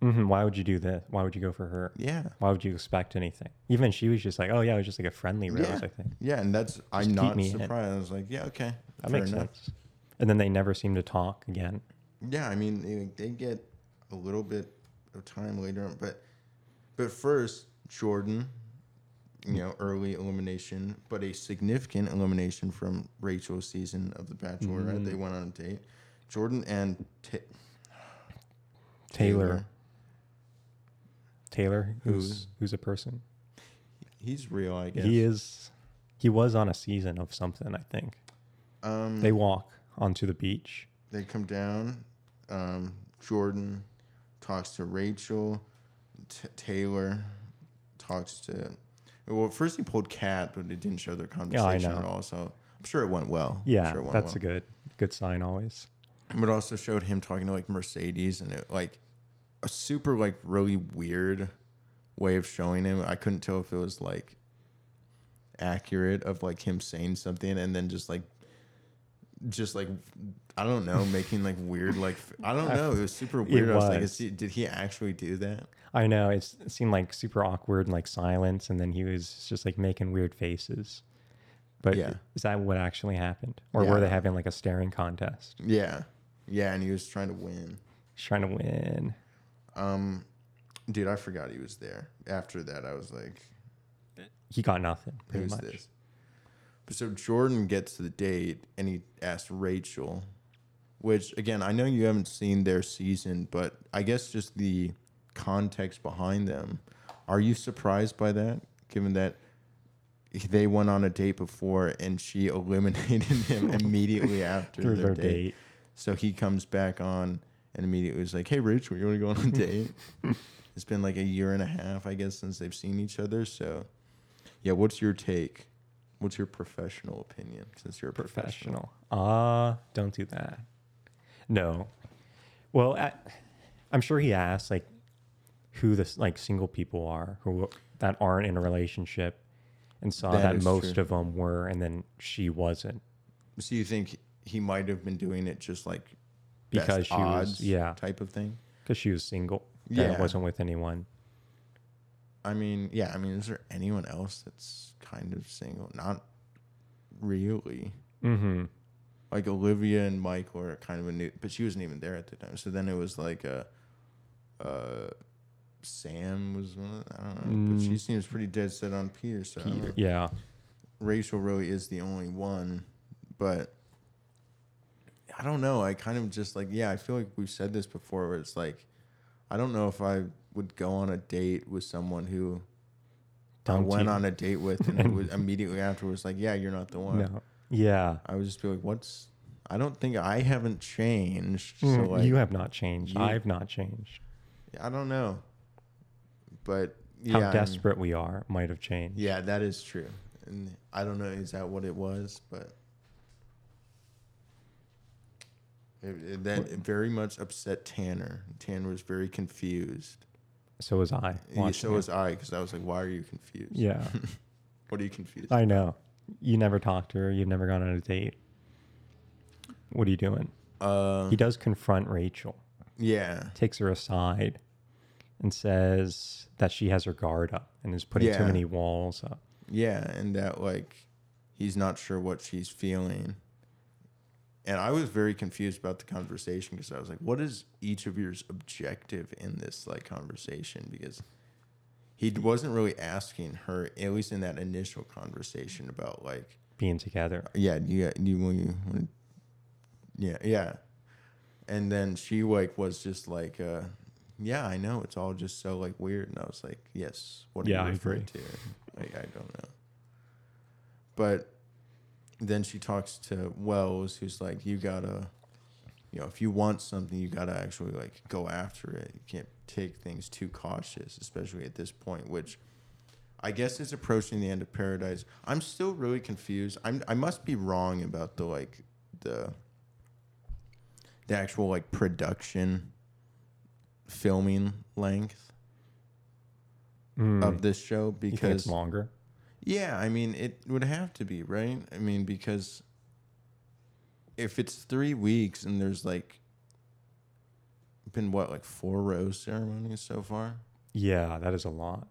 Speaker 1: hmm Why would you do this? Why would you go for her?
Speaker 2: Yeah,
Speaker 1: Why would you expect anything? Even she was just like, oh yeah, it was just like a friendly rose.
Speaker 2: Yeah.
Speaker 1: I think
Speaker 2: yeah, and that's I'm
Speaker 1: keep
Speaker 2: not
Speaker 1: me in.
Speaker 2: surprised. I was like, yeah, okay,
Speaker 1: that
Speaker 2: fair
Speaker 1: makes
Speaker 2: enough.
Speaker 1: sense. And then they never seem to talk again.
Speaker 2: Yeah, I mean they, they get a little bit of time later, on, but but first Jordan, you know, early elimination, but a significant elimination from Rachel's season of The Bachelor.
Speaker 1: Mm-hmm.
Speaker 2: Right, they went on a date. Jordan and Ta-
Speaker 1: Taylor. Taylor, who's
Speaker 2: Who's-
Speaker 1: who's, a person.
Speaker 2: he's real, I guess.
Speaker 1: He is. He was on a season of something. I think
Speaker 2: Um,
Speaker 1: they walk onto the beach.
Speaker 2: They come down. Um, Jordan talks to Rachel. T- Taylor talks to. Well, first he pulled Kat, but it didn't show their conversation
Speaker 1: know.
Speaker 2: at all. So I'm sure it went well. I'm
Speaker 1: Yeah,
Speaker 2: sure it went
Speaker 1: that's
Speaker 2: well.
Speaker 1: a good good sign always.
Speaker 2: But it also showed him talking to like Mercedes and it like a super like really weird way of showing him. I couldn't tell if it was like accurate of like him saying something and then just like just like I don't know, making like weird like f- I don't know. It was super weird. I was like,
Speaker 1: was.
Speaker 2: is he, did he actually do that?
Speaker 1: I know it's, it seemed like super awkward and like silence, and then he was just like making weird faces. But
Speaker 2: Yeah.
Speaker 1: is that what actually happened, or
Speaker 2: Yeah, I
Speaker 1: were they
Speaker 2: don't
Speaker 1: having like a staring contest,
Speaker 2: Yeah, yeah, and he was trying to win.
Speaker 1: He's trying to win?
Speaker 2: Um, dude, I forgot he was there. After that, I was like,
Speaker 1: He got nothing. Pretty
Speaker 2: Who's
Speaker 1: much.
Speaker 2: this? But so Jordan gets the date and he asks Rachel, which again, I know you haven't seen their season, but I guess just the context behind them. Are you surprised by that, given that they went on a date before and she eliminated him immediately after
Speaker 1: Through
Speaker 2: their,
Speaker 1: their
Speaker 2: date?
Speaker 1: date.
Speaker 2: So he comes back on and immediately was like, "Hey, Rachel, you want to go on a date?" it's been like a year and a half, I guess, since they've seen each other. So, yeah, what's your take? What's your professional opinion? Since you're a professional,
Speaker 1: professional. Ah, don't do that. No. Well, I, I'm sure he asked like who the s- like single people are who that aren't in a relationship, and saw
Speaker 2: That
Speaker 1: that,
Speaker 2: is
Speaker 1: most
Speaker 2: true.
Speaker 1: of them were, and then she wasn't
Speaker 2: so you think he might have been doing it just like best
Speaker 1: because she
Speaker 2: odds,
Speaker 1: was yeah
Speaker 2: type of thing?
Speaker 1: because she was single.
Speaker 2: Yeah.
Speaker 1: and wasn't with anyone.
Speaker 2: I mean, yeah, I mean, is there anyone else that's kind of single? Not really.
Speaker 1: Mm-hmm.
Speaker 2: Like Olivia and Mike were kind of a new, but she wasn't even there at the time. So then it was like a, uh, Sam was one. Of, I don't know, but she seems pretty dead set on Peter. So I don't know.
Speaker 1: Yeah,
Speaker 2: Rachel really is the only one, but I don't know. I kind of just like, yeah, I feel like we've said this before where it's like, I don't know if I would go on a date with someone who I
Speaker 1: Dumped
Speaker 2: went
Speaker 1: you.
Speaker 2: on a date with and it was immediately afterwards like, yeah, you're not the one.
Speaker 1: no, yeah.
Speaker 2: I would just be like, what's, I don't think I haven't changed.
Speaker 1: Mm,
Speaker 2: so like,
Speaker 1: you have not changed.
Speaker 2: you-
Speaker 1: I've not changed.
Speaker 2: I don't know. But yeah.
Speaker 1: How
Speaker 2: I mean-
Speaker 1: desperate we are might have changed.
Speaker 2: Yeah, that is true. And I don't know is that what it was, but it, it- that very much upset Tanner. Tanner was very confused.
Speaker 1: So was I. watching
Speaker 2: so
Speaker 1: it.
Speaker 2: was I because I was like, "Why are you confused?
Speaker 1: Yeah.
Speaker 2: What are you confused?"
Speaker 1: I know. You never talked to her. You've never gone on a date. What are you doing?
Speaker 2: Uh,
Speaker 1: He does confront Rachel,
Speaker 2: yeah,
Speaker 1: takes her aside, and says that she has her guard up and is putting too
Speaker 2: Yeah.
Speaker 1: many walls up.
Speaker 2: yeah, and that like he's not sure what she's feeling. And I was very confused about the conversation because I was like, "What is each of yours objective in this like conversation?" Because he d- wasn't really asking her, at least in that initial conversation, about like,
Speaker 1: Being together.
Speaker 2: yeah, do you, do you, want you want yeah, yeah. And then she like was just like, uh, yeah, I know it's all just so like weird, and I was like, yes, what are
Speaker 1: Yeah,
Speaker 2: you
Speaker 1: I
Speaker 2: referring to? Like, I don't know. But then she talks to Wells, who's like, you gotta, you know, if you want something, you gotta actually like go after it. You can't take things too cautious, especially at this point, which I guess is approaching the end of Paradise. I'm still really confused. I'm I must be wrong about the like the the actual like production filming length
Speaker 1: Mm.
Speaker 2: of this show
Speaker 1: You think it's
Speaker 2: because
Speaker 1: longer?
Speaker 2: yeah, I mean, it would have to be, right? I mean, because if it's three weeks and there's like been what, like four rose ceremonies so far?
Speaker 1: Yeah, that is a lot.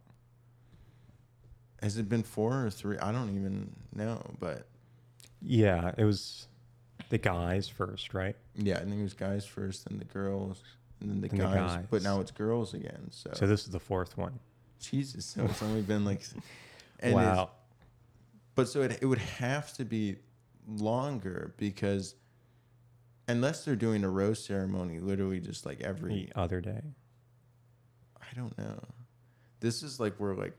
Speaker 2: Has it been four or three? I don't even know, but
Speaker 1: Yeah, it was the guys first, right?
Speaker 2: yeah, I think it was guys first, then the girls, and then the,
Speaker 1: And the
Speaker 2: guys, But
Speaker 1: guys.
Speaker 2: now it's girls again. So,
Speaker 1: So this is the fourth one.
Speaker 2: Jesus, so it's only been like, and it's-
Speaker 1: wow.
Speaker 2: But so it, it would have to be longer because unless they're doing a rose ceremony literally just like every
Speaker 1: The other day.
Speaker 2: I don't know. This is like where like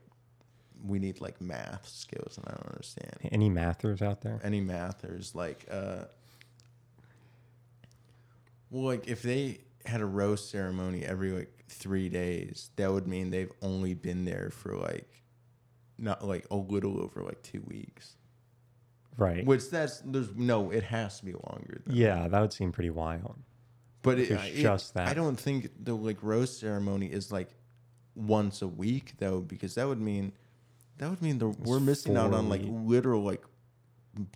Speaker 2: we need like math skills and I don't understand.
Speaker 1: Any mathers out there?
Speaker 2: Any mathers like uh well like if they had a rose ceremony every like 3 days, that would mean they've only been there for like not like a little over like 2 weeks.
Speaker 1: Right.
Speaker 2: Which that's there's no, it has to be longer. Than
Speaker 1: yeah, that would seem pretty wild.
Speaker 2: but it,
Speaker 1: it's
Speaker 2: I- it-
Speaker 1: just that.
Speaker 2: I don't think the like roast ceremony is like once a week though, because that would mean that would mean the, we're missing out
Speaker 1: four
Speaker 2: on like
Speaker 1: weeks.
Speaker 2: literal like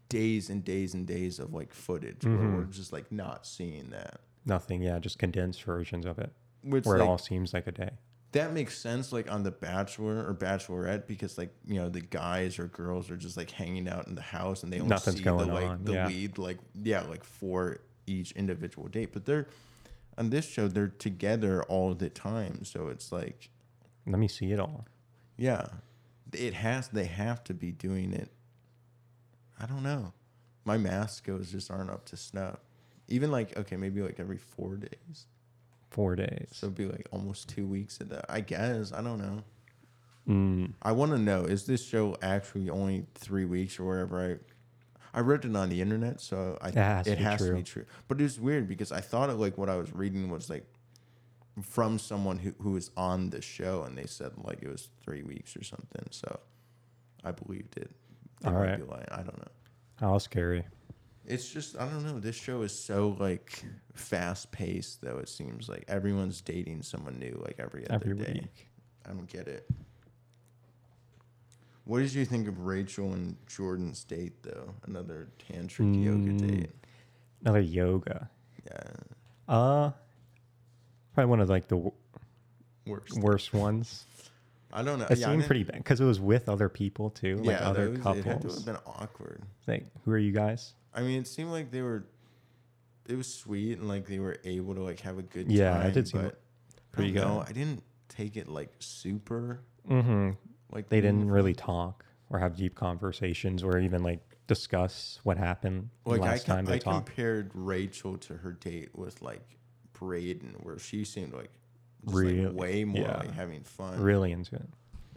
Speaker 2: days and days and days of like footage where
Speaker 1: Mhm.
Speaker 2: we're just like not seeing that.
Speaker 1: Nothing. Yeah, just condensed versions of it
Speaker 2: Which
Speaker 1: where
Speaker 2: like,
Speaker 1: it all seems like a day.
Speaker 2: that makes sense like on the bachelor or bachelorette because like you know the guys or girls are just like hanging out in the house and they only
Speaker 1: Nothing's
Speaker 2: see
Speaker 1: going
Speaker 2: the like
Speaker 1: on,
Speaker 2: the
Speaker 1: yeah.
Speaker 2: lead like yeah like for each individual date but they're on this show they're together all the time so it's like
Speaker 1: Let me see it all.
Speaker 2: yeah it has they have to be doing it i don't know my math skills just aren't up to snuff even like okay maybe like every four days
Speaker 1: Four days.
Speaker 2: so it'd be like almost two weeks of that i guess i don't know
Speaker 1: mm,
Speaker 2: I want to know is this show actually only three weeks or wherever I, I read it on the internet, so I
Speaker 1: It has to
Speaker 2: it
Speaker 1: be
Speaker 2: has to
Speaker 1: true.
Speaker 2: be true. But it's weird because I thought it like what I was reading was like from someone who who was on the show, and they said like it was three weeks or something. So I believed it. They
Speaker 1: All
Speaker 2: might
Speaker 1: right.
Speaker 2: be lying. I don't know.
Speaker 1: how Oh, scary.
Speaker 2: It's just I don't know. This show is so like fast paced, though. It seems like everyone's dating someone new like every other
Speaker 1: Every
Speaker 2: day.
Speaker 1: week.
Speaker 2: I don't get it. What did you think of Rachel and Jordan's date, though? Another tantric yoga
Speaker 1: Mm.
Speaker 2: date.
Speaker 1: Another yoga.
Speaker 2: Yeah,
Speaker 1: Uh, probably one of like the w-
Speaker 2: worse.
Speaker 1: worst ones.
Speaker 2: I don't know.
Speaker 1: It
Speaker 2: yeah, I
Speaker 1: seemed
Speaker 2: didn't-
Speaker 1: pretty bad because it was with other people too, like
Speaker 2: yeah,
Speaker 1: other
Speaker 2: that was- It had to have
Speaker 1: couples.
Speaker 2: been awkward.
Speaker 1: Like, who are you guys?
Speaker 2: I mean, it seemed like they were. It was sweet and like they were able to like have a good
Speaker 1: Yeah,
Speaker 2: time.
Speaker 1: it did seem
Speaker 2: but
Speaker 1: pretty
Speaker 2: I don't know,
Speaker 1: good.
Speaker 2: I didn't take it like super.
Speaker 1: Mm-hmm.
Speaker 2: Like
Speaker 1: They didn't really talk or have deep conversations or even like discuss what happened the
Speaker 2: like
Speaker 1: last
Speaker 2: I,
Speaker 1: time
Speaker 2: com-
Speaker 1: they
Speaker 2: I
Speaker 1: talked.
Speaker 2: compared Rachel to her date with like Braden, where she seemed like, just,
Speaker 1: Really-
Speaker 2: like way more
Speaker 1: yeah.
Speaker 2: like having fun.
Speaker 1: really into it.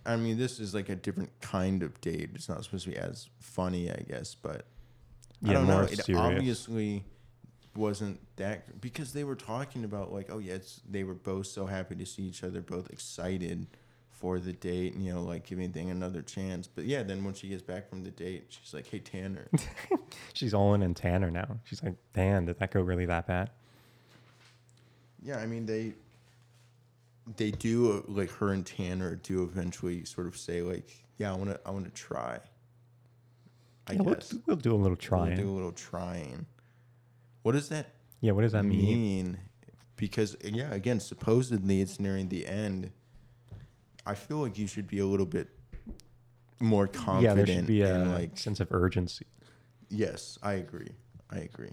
Speaker 2: I mean, this is like a different kind of date. It's not supposed to be as funny, I guess, but
Speaker 1: Yeah,
Speaker 2: I don't know.
Speaker 1: more
Speaker 2: It
Speaker 1: serious.
Speaker 2: obviously wasn't that because they were talking about like, oh yeah, it's, they were both so happy to see each other, both excited for the date, and you know, like giving thing another chance. But yeah, then when she gets back from the date, she's like, hey Tanner,
Speaker 1: She's all in and Tanner now. She's like, damn, did that go really that bad?
Speaker 2: yeah, I mean they they do uh, like her and Tanner do eventually sort of say like, yeah, I want to I want to try. I
Speaker 1: yeah, we'll,
Speaker 2: guess.
Speaker 1: we'll do a little
Speaker 2: We'll
Speaker 1: trying.
Speaker 2: do a little trying. What does that
Speaker 1: yeah, what does that mean?
Speaker 2: mean? Because yeah, again, supposedly it's nearing the end. I feel like you should be a little bit more
Speaker 1: Yeah, there
Speaker 2: confident.
Speaker 1: should be a
Speaker 2: and like
Speaker 1: sense of urgency.
Speaker 2: yes, I agree. I agree.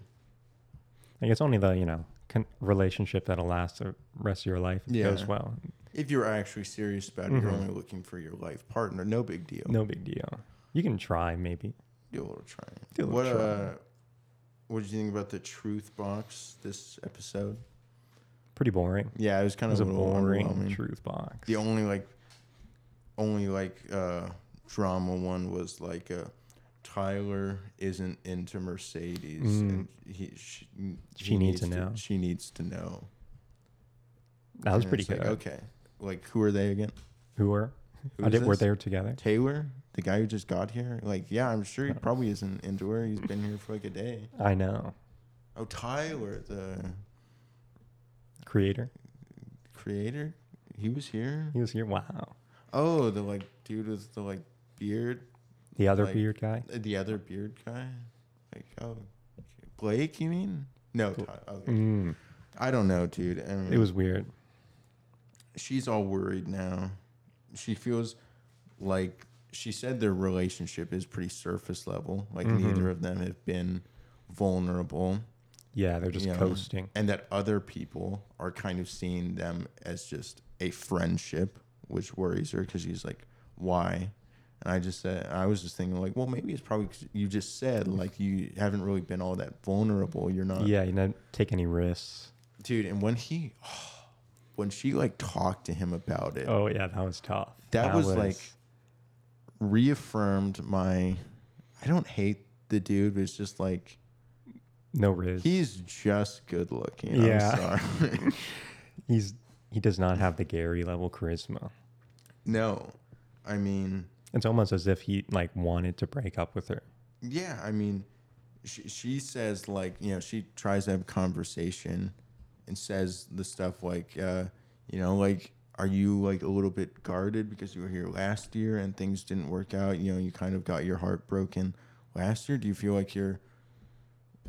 Speaker 1: Like, it's only the, you know, con- relationship that'll last the rest of your life if it goes
Speaker 2: Yeah.
Speaker 1: well.
Speaker 2: If you're actually serious about it,
Speaker 1: Mm-hmm.
Speaker 2: you're only looking for your life partner. No big deal.
Speaker 1: No big deal. You can try, maybe.
Speaker 2: Do a little trying.
Speaker 1: Do a little
Speaker 2: what
Speaker 1: trying.
Speaker 2: uh what did you think about the truth box this episode?
Speaker 1: Pretty boring.
Speaker 2: Yeah, it was kind
Speaker 1: It was
Speaker 2: of
Speaker 1: a
Speaker 2: a little
Speaker 1: boring
Speaker 2: underwhelming.
Speaker 1: truth box.
Speaker 2: the only like only like uh drama one was like uh Tyler isn't into Mercedes,
Speaker 1: Mm.
Speaker 2: and he she,
Speaker 1: She
Speaker 2: he
Speaker 1: needs to know.
Speaker 2: She needs to know.
Speaker 1: That was
Speaker 2: And
Speaker 1: pretty
Speaker 2: it's like,
Speaker 1: good.
Speaker 2: okay, like who are they again?
Speaker 1: Who were?
Speaker 2: Who
Speaker 1: I
Speaker 2: is
Speaker 1: did, were
Speaker 2: this?
Speaker 1: they together?
Speaker 2: Taylor, the guy who just got here. Like, yeah, I'm sure he probably isn't into her. He's been here for like a day.
Speaker 1: I know.
Speaker 2: Oh, Tyler, the
Speaker 1: Creator.
Speaker 2: creator, he was here.
Speaker 1: He was here. Wow.
Speaker 2: Oh, the like dude with the like beard,
Speaker 1: The other
Speaker 2: Like-
Speaker 1: beard guy.
Speaker 2: the other beard guy. Like, oh, Blake, you mean? No, Tyler. Okay.
Speaker 1: Mm,
Speaker 2: I don't know, dude. I
Speaker 1: it was weird.
Speaker 2: she's all worried now. She feels like she said their relationship is pretty surface level. Like
Speaker 1: Mm-hmm.
Speaker 2: neither of them have been vulnerable,
Speaker 1: Yeah, they're just
Speaker 2: Yeah.
Speaker 1: coasting.
Speaker 2: and that other people are kind of seeing them as just a friendship, which worries her because she's like, why? And I just said, I was just thinking, like, well, maybe it's probably 'cause you just said, like, you haven't really been all that vulnerable. You're not,
Speaker 1: Yeah, you don't take any risks.
Speaker 2: dude. And when he, when she like talked to him about it,
Speaker 1: Oh yeah, that was tough.
Speaker 2: That was, like- reaffirmed my I don't hate the dude, but it's just like
Speaker 1: no riz.
Speaker 2: he's just good looking.
Speaker 1: Yeah.
Speaker 2: I'm sorry.
Speaker 1: He's he does not have the Gary level charisma.
Speaker 2: no. I mean
Speaker 1: It's almost as if he like wanted to break up with her.
Speaker 2: yeah, I mean she she says like, you know, she tries to have a conversation and says the stuff like, uh, you know, like are you like a little bit guarded because you were here last year and things didn't work out? You know, you kind of got your heart broken last year. Do you feel like you're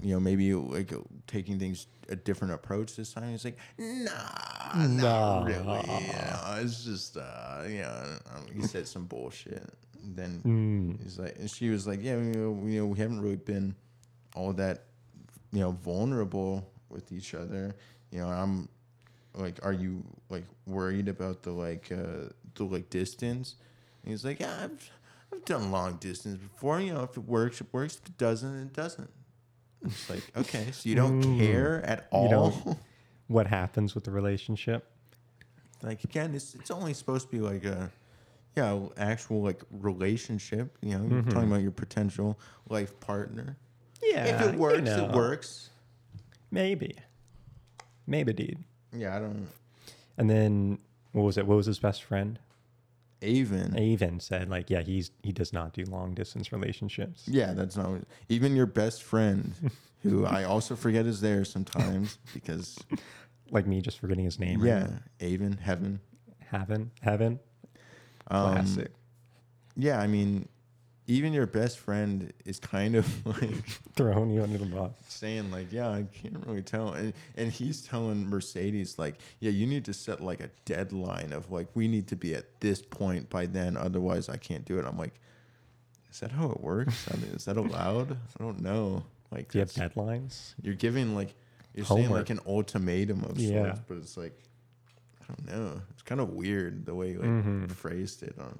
Speaker 2: you know, maybe like taking things a different approach this time. He's like, nah,
Speaker 1: Nah.
Speaker 2: not really. You know, it's just, uh, you know, I don't know. he said some bullshit. And then
Speaker 1: Mm.
Speaker 2: he's like, and she was like, yeah, you know, you know, we haven't really been all that, you know, vulnerable with each other. You know, I'm like, are you like worried about the like, uh, the like distance? And he's like, yeah, I've, I've done long distance before. You know, if it works, it works. If it doesn't, it doesn't. It's like, okay, so you don't care at all.
Speaker 1: Mm. You don't- What happens with the relationship?
Speaker 2: like again, it's it's only supposed to be like a yeah, actual like relationship. You know, you're
Speaker 1: Mm-hmm.
Speaker 2: talking about your potential life partner.
Speaker 1: Yeah,
Speaker 2: if it works, it works.
Speaker 1: Maybe, maybe, dude.
Speaker 2: Yeah, I don't.
Speaker 1: And then what was it? What was his best friend?
Speaker 2: Even
Speaker 1: Avon said like, yeah, he's he does not do long distance relationships.
Speaker 2: yeah, that's not what- even your best friend, who I also forget is there sometimes because
Speaker 1: Like me, just forgetting his name. right?
Speaker 2: yeah, Avon Heaven.
Speaker 1: heaven, heaven,
Speaker 2: Um,
Speaker 1: classic.
Speaker 2: Yeah, I mean, even your best friend is kind of like.
Speaker 1: Throwing you under the bus.
Speaker 2: saying like yeah i can't really tell and, and he's telling mercedes like yeah you need to set like a deadline of like we need to be at this point by then otherwise i can't do it i'm like is that how it works i mean is that allowed i don't know like
Speaker 1: Do you have
Speaker 2: that's-
Speaker 1: deadlines?
Speaker 2: you're giving like you're saying
Speaker 1: Homework.
Speaker 2: like an ultimatum of
Speaker 1: Yeah.
Speaker 2: sorts but it's like i don't know it's kind of weird the way you like
Speaker 1: Mm-hmm.
Speaker 2: phrased it on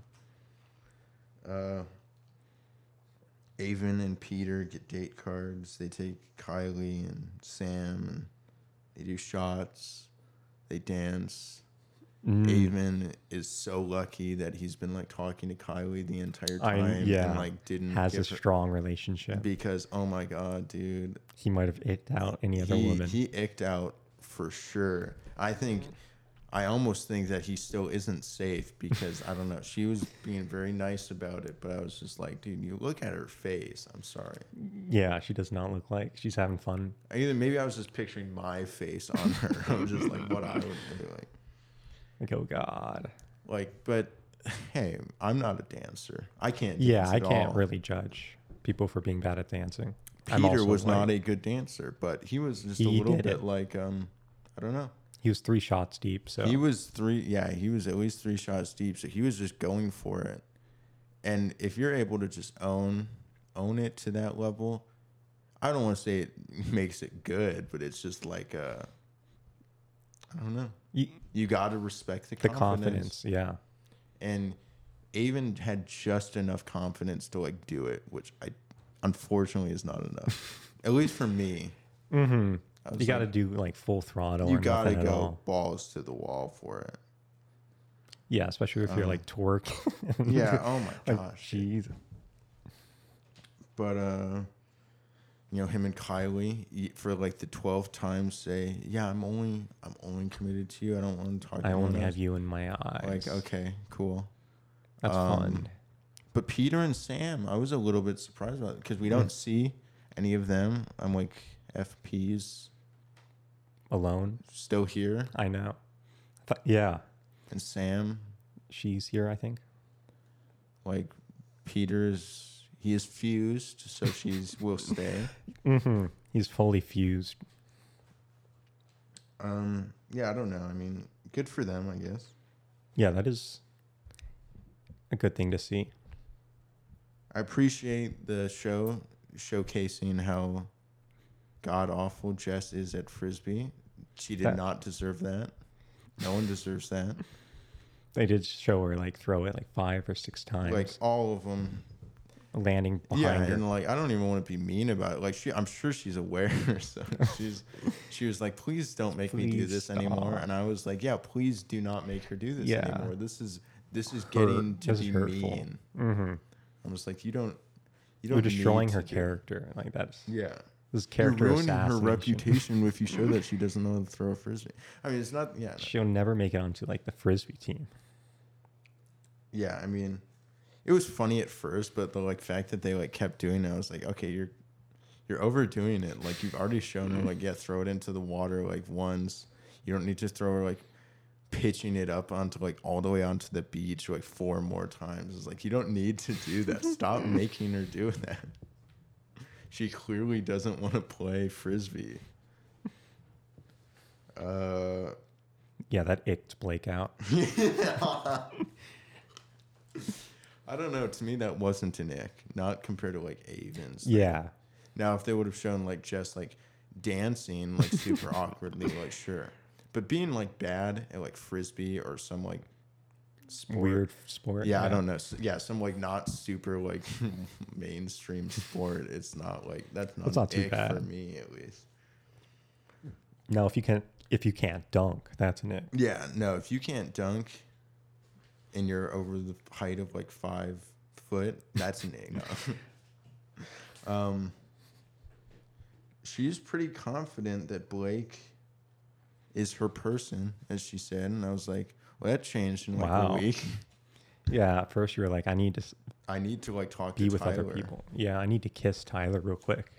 Speaker 2: uh Avon and Peter get date cards. They take Kylie and Sam and they do shots. They dance.
Speaker 1: Mm.
Speaker 2: Avon is so lucky that he's been like talking to Kylie the entire
Speaker 1: I-
Speaker 2: time
Speaker 1: yeah.
Speaker 2: and like didn't
Speaker 1: Has a
Speaker 2: give her-
Speaker 1: strong relationship.
Speaker 2: because oh my god, dude,
Speaker 1: He might have icked out any other
Speaker 2: he,
Speaker 1: woman.
Speaker 2: He icked out for sure. I think, I almost think that he still isn't safe because I don't know. She was being very nice about it, but I was just like, dude, you look at her face. I'm sorry.
Speaker 1: yeah, she does not look like she's having fun.
Speaker 2: Either maybe I was just picturing my face on her. I was just like, what I would be like.
Speaker 1: Like, oh god.
Speaker 2: Like, but hey, I'm not a dancer. I can't.
Speaker 1: Yeah,
Speaker 2: dance
Speaker 1: I
Speaker 2: at
Speaker 1: can't
Speaker 2: all.
Speaker 1: really judge people for being bad at dancing. I'm
Speaker 2: Peter
Speaker 1: also,
Speaker 2: was not
Speaker 1: like-
Speaker 2: a good dancer, but he was just a
Speaker 1: He
Speaker 2: little
Speaker 1: did
Speaker 2: bit
Speaker 1: it.
Speaker 2: like um, I don't know.
Speaker 1: He was three shots deep, so
Speaker 2: He was three. Yeah, he was at least three shots deep. So he was just going for it. And if you're able to just own own it to that level, I don't want to say it makes it good, but it's just like uh, I don't know.
Speaker 1: Ye-
Speaker 2: You got to respect the
Speaker 1: the
Speaker 2: confidence.
Speaker 1: confidence. Yeah,
Speaker 2: And Avon had just enough confidence to like do it, which I unfortunately is not enough. at least for me. Mm-hmm.
Speaker 1: you got to do like full throttle.
Speaker 2: you
Speaker 1: or
Speaker 2: gotta
Speaker 1: nothing at
Speaker 2: go
Speaker 1: all.
Speaker 2: balls to the wall for it.
Speaker 1: Yeah,
Speaker 2: Uh-huh.
Speaker 1: especially if you're like twerk.
Speaker 2: Yeah. Oh my
Speaker 1: like,
Speaker 2: gosh.
Speaker 1: jeez.
Speaker 2: But uh, you know, him and Kylie y- for like the twelfth time say, "Yeah, I'm only I'm only committed to you. I don't want to talk." to
Speaker 1: I
Speaker 2: anyone
Speaker 1: only
Speaker 2: else."
Speaker 1: have you in my eyes.
Speaker 2: Like, okay, cool.
Speaker 1: That's
Speaker 2: um,
Speaker 1: fun.
Speaker 2: But Peter and Sam, I was a little bit surprised about because we
Speaker 1: Mm.
Speaker 2: don't see any of them. I'm like, FP's
Speaker 1: Alone.
Speaker 2: still here,
Speaker 1: I know. I thought, yeah.
Speaker 2: and Sam,
Speaker 1: She's here, I think.
Speaker 2: like, Peter's he is fused, so she's will stay. Mm-hmm.
Speaker 1: hmm He's fully fused.
Speaker 2: Um, yeah, I don't know. I mean, good for them, I guess.
Speaker 1: Yeah, that is a good thing to see.
Speaker 2: I appreciate the show showcasing how god awful Jess is at frisbee. She did
Speaker 1: That-
Speaker 2: not deserve that. No one deserves that.
Speaker 1: They did show her like throw it like five or six times,
Speaker 2: Like all of them.
Speaker 1: landing behind
Speaker 2: Yeah,
Speaker 1: her.
Speaker 2: and like I don't even want to be mean about it. Like she, I'm sure she's aware. So she's, she was like, "Please don't make me do
Speaker 1: Please
Speaker 2: this anymore."
Speaker 1: stop.
Speaker 2: And I was like, "Yeah, please do not make her do this
Speaker 1: Yeah.
Speaker 2: anymore. This is this is getting to
Speaker 1: This is
Speaker 2: be
Speaker 1: hurtful.
Speaker 2: mean."
Speaker 1: Mm-hmm.
Speaker 2: I'm just like, you don't, you don't.
Speaker 1: You're destroying
Speaker 2: need
Speaker 1: her
Speaker 2: to do-
Speaker 1: character. Like that's
Speaker 2: Yeah,
Speaker 1: this character
Speaker 2: you're ruining her
Speaker 1: assassination.
Speaker 2: reputation if you show that she doesn't know how to throw a frisbee. I mean, it's not. Yeah, no.
Speaker 1: She'll never make it onto like the frisbee team.
Speaker 2: yeah. I mean, it was funny at first, but the like fact that they like kept doing it, I was like, okay, you're, you're overdoing it. Like you've already shown her, like yeah, throw it into the water like once. You don't need to throw her like pitching it up onto like all the way onto the beach like four more times. It's like you don't need to do that. Stop making her do that. She clearly doesn't want to play frisbee. Uh,
Speaker 1: Yeah, that icked Blake out.
Speaker 2: I don't know. To me, that wasn't an ick. Not compared to like Avens.
Speaker 1: yeah,
Speaker 2: Now, if they would have shown like just like dancing like super awkwardly, like sure, but being like bad at like frisbee or some like sport,
Speaker 1: weird sport.
Speaker 2: Yeah, I don't know. S- Yeah, some like not super like mainstream sport. It's not like that's not,
Speaker 1: That's
Speaker 2: an
Speaker 1: not too
Speaker 2: ick
Speaker 1: bad.
Speaker 2: for me at least.
Speaker 1: Now if you can, if you can't dunk, that's an ick.
Speaker 2: Yeah, no. If you can't dunk, and you're over the height of like five foot, that's an A. No. um, she's pretty confident that Blake is her person, as she said, and I was like, "Well, that changed in like
Speaker 1: Wow.
Speaker 2: a week.
Speaker 1: Yeah, at first you were like, I need to s-
Speaker 2: I need to like talk
Speaker 1: be
Speaker 2: to
Speaker 1: with
Speaker 2: Tyler.
Speaker 1: other people. Yeah, I need to kiss Tyler real quick.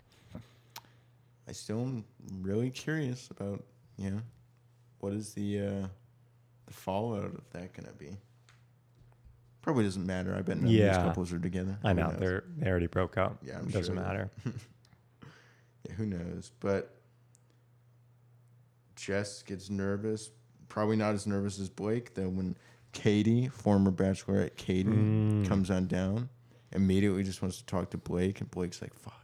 Speaker 2: I still am really curious about you know what is the uh, the fallout of that gonna be. Probably doesn't matter. I bet none of
Speaker 1: Yeah.
Speaker 2: these couples are together.
Speaker 1: I
Speaker 2: Who
Speaker 1: know
Speaker 2: knows?
Speaker 1: they're they already broke up.
Speaker 2: Yeah, I'm
Speaker 1: doesn't
Speaker 2: sure.
Speaker 1: matter.
Speaker 2: Yeah, who knows? But Jess gets nervous. Probably not as nervous as Blake though. When Katie, former bachelorette Katie,
Speaker 1: Mm.
Speaker 2: comes on down, immediately just wants to talk to Blake, and Blake's like, "Fuck."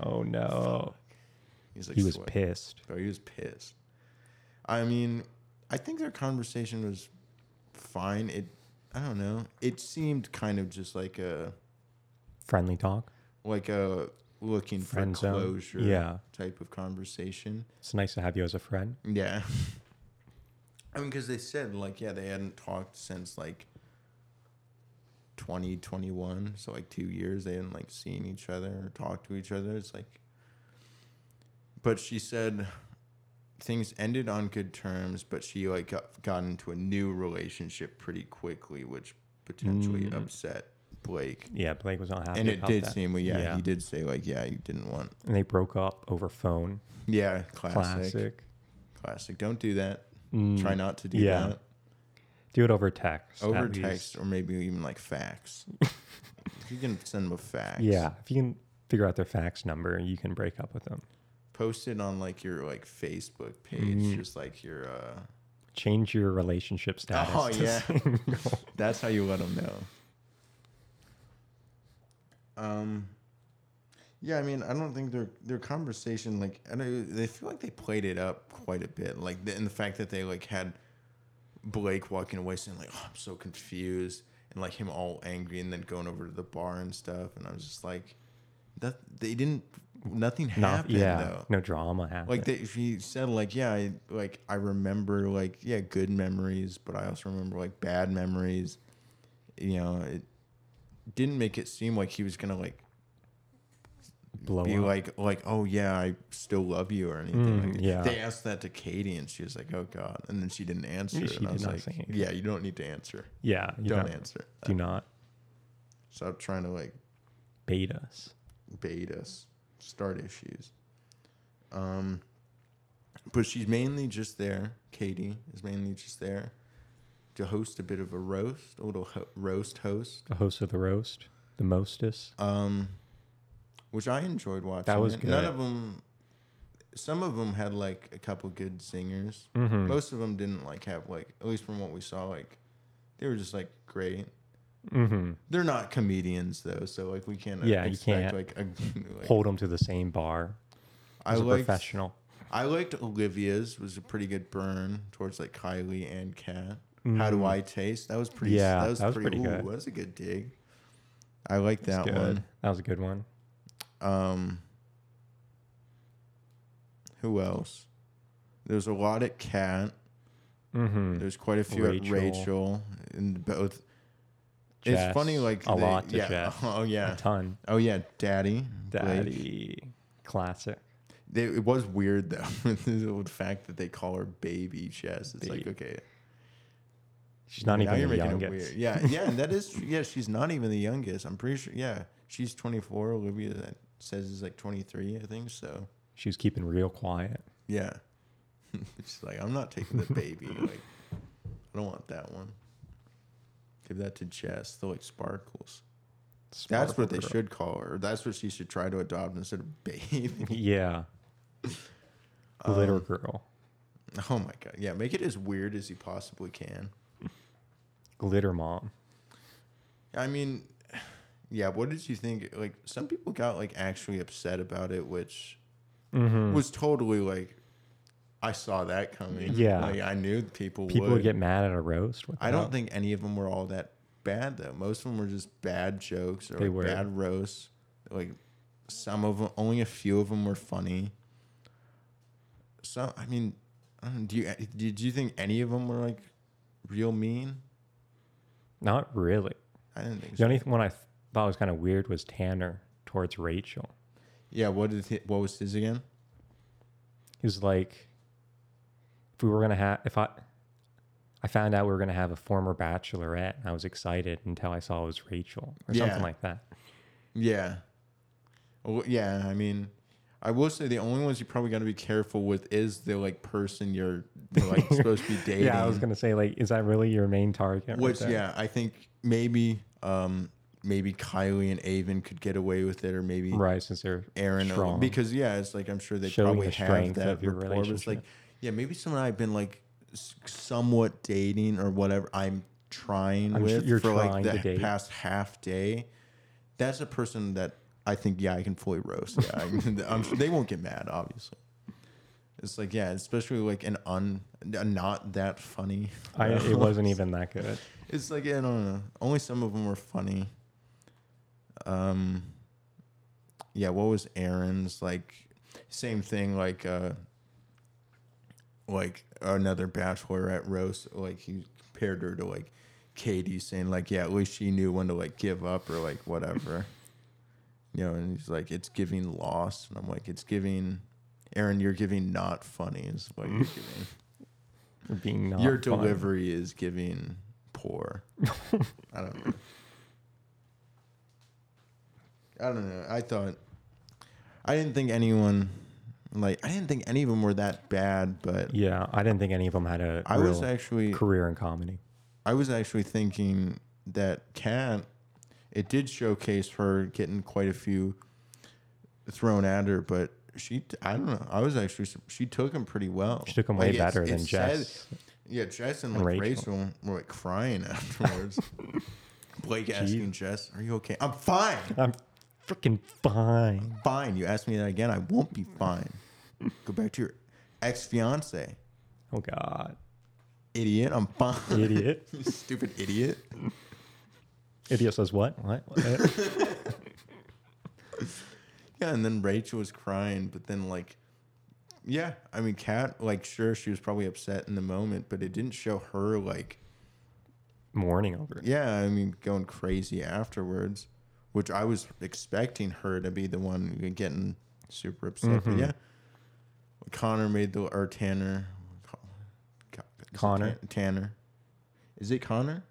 Speaker 1: Oh no,
Speaker 2: He's like,
Speaker 1: he was
Speaker 2: "Sweat."
Speaker 1: pissed.
Speaker 2: Bro, he was pissed. I mean, I think their conversation was fine. It, I don't know. It seemed kind of just like a
Speaker 1: Friendly talk.
Speaker 2: like a looking for
Speaker 1: Friend zone.
Speaker 2: closure
Speaker 1: Yeah,
Speaker 2: type of conversation.
Speaker 1: it's nice to have you as a friend.
Speaker 2: Yeah. I mean, because they said like, yeah, they hadn't talked since like 2021, so like two years they hadn't like seen each other or talked to each other. It's like, but she said things ended on good terms, but she like got, got into a new relationship pretty quickly, which potentially
Speaker 1: Mm.
Speaker 2: upset Blake.
Speaker 1: Yeah, Blake was not happy.
Speaker 2: And it
Speaker 1: about
Speaker 2: did
Speaker 1: that.
Speaker 2: seem, well, yeah,
Speaker 1: Yeah.
Speaker 2: he did say like, yeah, you didn't want,
Speaker 1: And they broke up over phone.
Speaker 2: yeah,
Speaker 1: Classic.
Speaker 2: classic, classic. Don't do that.
Speaker 1: Mm.
Speaker 2: Try not to do
Speaker 1: Yeah.
Speaker 2: that.
Speaker 1: Do it over text. at
Speaker 2: over
Speaker 1: least.
Speaker 2: text or maybe even like fax. you can send them a fax.
Speaker 1: Yeah, if you can figure out their fax number, you can break up with them.
Speaker 2: Post it on like your like Facebook page, just like your. uh
Speaker 1: Change your relationship status.
Speaker 2: Oh,
Speaker 1: to
Speaker 2: yeah.
Speaker 1: single.
Speaker 2: That's how you let them know. Um. Yeah, I mean, I don't think their their conversation like I don't, they feel like they played it up quite a bit, like the, and the fact that they like had Blake walking away saying like, "Oh, I'm so confused," and like him all angry, and then going over to the bar and stuff, and I was just like, that they didn't, nothing
Speaker 1: Not,
Speaker 2: happened
Speaker 1: yeah,
Speaker 2: though.
Speaker 1: no drama happened.
Speaker 2: Like they, she said, like yeah, I, like I remember, like yeah, good memories, but I also remember like bad memories. You know, it didn't make it seem like he was gonna like
Speaker 1: blow
Speaker 2: be
Speaker 1: up.
Speaker 2: like like oh yeah I still love you or anything.
Speaker 1: Mm,
Speaker 2: like,
Speaker 1: yeah.
Speaker 2: They asked that to Katie and she was like oh god and then she didn't answer.
Speaker 1: She
Speaker 2: and I
Speaker 1: did
Speaker 2: was
Speaker 1: not
Speaker 2: like
Speaker 1: say anything.
Speaker 2: yeah you don't need to answer.
Speaker 1: yeah, you
Speaker 2: don't
Speaker 1: don't,
Speaker 2: answer.
Speaker 1: do not
Speaker 2: Stop trying to like
Speaker 1: bait us.
Speaker 2: bait us, start issues. Um, but she's mainly just there. Katie is mainly just there to host a bit of a roast, a little ho- roast host,
Speaker 1: The host of the roast, the mostest.
Speaker 2: um, which I enjoyed watching.
Speaker 1: That was
Speaker 2: it. None
Speaker 1: good.
Speaker 2: of them. Some of them had like a couple good singers.
Speaker 1: Mhm.
Speaker 2: Most of them didn't like have like at least from what we saw like they were just like great.
Speaker 1: Mm-hmm.
Speaker 2: They're not comedians though, so like we can't uh,
Speaker 1: Yeah, you can't
Speaker 2: expect like a like,
Speaker 1: Hold them to the same bar
Speaker 2: I
Speaker 1: as a
Speaker 2: liked-
Speaker 1: professional.
Speaker 2: I liked Olivia's was a pretty good burn towards like Kylie and Kat. How do I taste? That was pretty.
Speaker 1: Mm. Yeah,
Speaker 2: that was, pretty,
Speaker 1: good.
Speaker 2: Ooh, that was a good dig. I like
Speaker 1: It's
Speaker 2: that
Speaker 1: good.
Speaker 2: one.
Speaker 1: That was a good one.
Speaker 2: Um, who else? There's a lot at Kat.
Speaker 1: Mm-hmm.
Speaker 2: There's quite a few
Speaker 1: Rachel.
Speaker 2: at Rachel and both. it's funny,
Speaker 1: Jess,
Speaker 2: like
Speaker 1: a
Speaker 2: they-
Speaker 1: lot to
Speaker 2: yeah.
Speaker 1: Jess.
Speaker 2: Oh yeah.
Speaker 1: A ton.
Speaker 2: Oh yeah, Daddy. Blake.
Speaker 1: Daddy. Classic.
Speaker 2: They, it was weird though. the fact that they call her baby Jess. It's like
Speaker 1: Babe.
Speaker 2: okay.
Speaker 1: She's not
Speaker 2: now
Speaker 1: even the
Speaker 2: you're making
Speaker 1: youngest.
Speaker 2: it weird. Yeah, yeah, and that is tr- yeah. She's not even the youngest. I'm pretty sure. Yeah, she's 24. Olivia that says is like 23, I think. So
Speaker 1: She was keeping real quiet.
Speaker 2: yeah, she's like, I'm not taking the baby. like, I don't want that one. Give that to Jess. The like sparkles. That's
Speaker 1: Sparkle
Speaker 2: what they
Speaker 1: girl.
Speaker 2: should call her. That's what she should try to adopt instead of baby.
Speaker 1: Yeah.
Speaker 2: Uh,
Speaker 1: Glitter girl.
Speaker 2: oh my god. Yeah, make it as weird as you possibly can.
Speaker 1: Glitter mom.
Speaker 2: I mean, yeah. What did you think? Like, some people got like actually upset about it, which
Speaker 1: Mm-hmm.
Speaker 2: was totally like, I saw that coming.
Speaker 1: Yeah.
Speaker 2: like I knew people.
Speaker 1: People
Speaker 2: would.
Speaker 1: would get mad at a roast. What the
Speaker 2: I don't
Speaker 1: hell?
Speaker 2: think any of them were all that bad though. Most of them were just bad jokes or
Speaker 1: They
Speaker 2: like,
Speaker 1: were.
Speaker 2: bad roasts. Like some of them, only a few of them were funny. So I mean, I don't know, do you did you think any of them were like real mean?
Speaker 1: Not really.
Speaker 2: I didn't think
Speaker 1: The
Speaker 2: so.
Speaker 1: only one I th- thought was kind of weird was Tanner towards Rachel.
Speaker 2: Yeah. What did he, what was his again?
Speaker 1: He was like, if we were gonna have, if I, I found out we were gonna have a former bachelorette, and I was excited until I saw it was Rachel or
Speaker 2: Yeah.
Speaker 1: something like that.
Speaker 2: Yeah. Well, yeah, I mean, I will say the only ones you probably got to be careful with is the like person you're like supposed to be dating.
Speaker 1: Yeah, I was gonna say like, is that really your main target? right
Speaker 2: Which
Speaker 1: there?
Speaker 2: yeah, I think maybe um maybe Kylie and Avon could get away with it, or maybe
Speaker 1: right? Since they're
Speaker 2: Aaron
Speaker 1: strong.
Speaker 2: because yeah, it's like I'm sure they
Speaker 1: Showing
Speaker 2: probably
Speaker 1: the
Speaker 2: have
Speaker 1: strength
Speaker 2: that
Speaker 1: of your
Speaker 2: rapport. But it's like
Speaker 1: relationship.
Speaker 2: yeah, maybe someone I've been like s- somewhat dating or whatever I'm trying
Speaker 1: I'm sure
Speaker 2: with
Speaker 1: you're
Speaker 2: for
Speaker 1: trying to
Speaker 2: like the
Speaker 1: date.
Speaker 2: past half day. That's a person that I think yeah I can fully roast. Yeah, I, I'm sure they won't get mad. Obviously, it's like yeah, especially like an un a not that funny.
Speaker 1: I, it wasn't even that good.
Speaker 2: It's like I don't know. Only some of them were funny. Um, yeah. What was Aaron's like? Same thing. Like, uh, like another bachelorette roast. Like he compared her to like Katie, saying like, yeah, at least she knew when to like give up or like whatever. you know, and he's like, it's giving loss, and I'm like, it's giving. Aaron, you're giving not funny is what you're giving.
Speaker 1: for Being not
Speaker 2: Your
Speaker 1: fun.
Speaker 2: delivery is giving poor. I don't know. I don't know. I thought I didn't think anyone like I didn't think any of them were that bad, but
Speaker 1: Yeah, I didn't think any of them had a
Speaker 2: I
Speaker 1: real
Speaker 2: was actually
Speaker 1: career in comedy.
Speaker 2: I was actually thinking that Kat, it did showcase her getting quite a few thrown at her, but she, I don't know. I was actually, su- she took them pretty well.
Speaker 1: She took them way
Speaker 2: Like, it's-
Speaker 1: better
Speaker 2: it
Speaker 1: than
Speaker 2: said-
Speaker 1: Jess.
Speaker 2: yeah, Jess and,
Speaker 1: and
Speaker 2: like, Rachel.
Speaker 1: Rachel.
Speaker 2: were like crying afterwards. Blake asking Jess, Are you okay? I'm fine.
Speaker 1: I'm freaking fine.
Speaker 2: Fine. You ask me that again, I won't be fine. Go back to your ex fiance.
Speaker 1: Oh God,
Speaker 2: Idiot. I'm fine.
Speaker 1: idiot.
Speaker 2: Stupid idiot.
Speaker 1: idiot says what? What? What?
Speaker 2: Yeah, and then Rachel was crying, but then like, yeah, I mean, Kat, like, sure, she was probably upset in the moment, but it didn't show her like,
Speaker 1: Mourning over it.
Speaker 2: yeah, I mean, going crazy afterwards. which I was expecting her to be the one getting super upset.
Speaker 1: Mm-hmm.
Speaker 2: But yeah, Connor made the or Tanner, God, is it
Speaker 1: Connor.
Speaker 2: Tan- Tanner, is it Connor?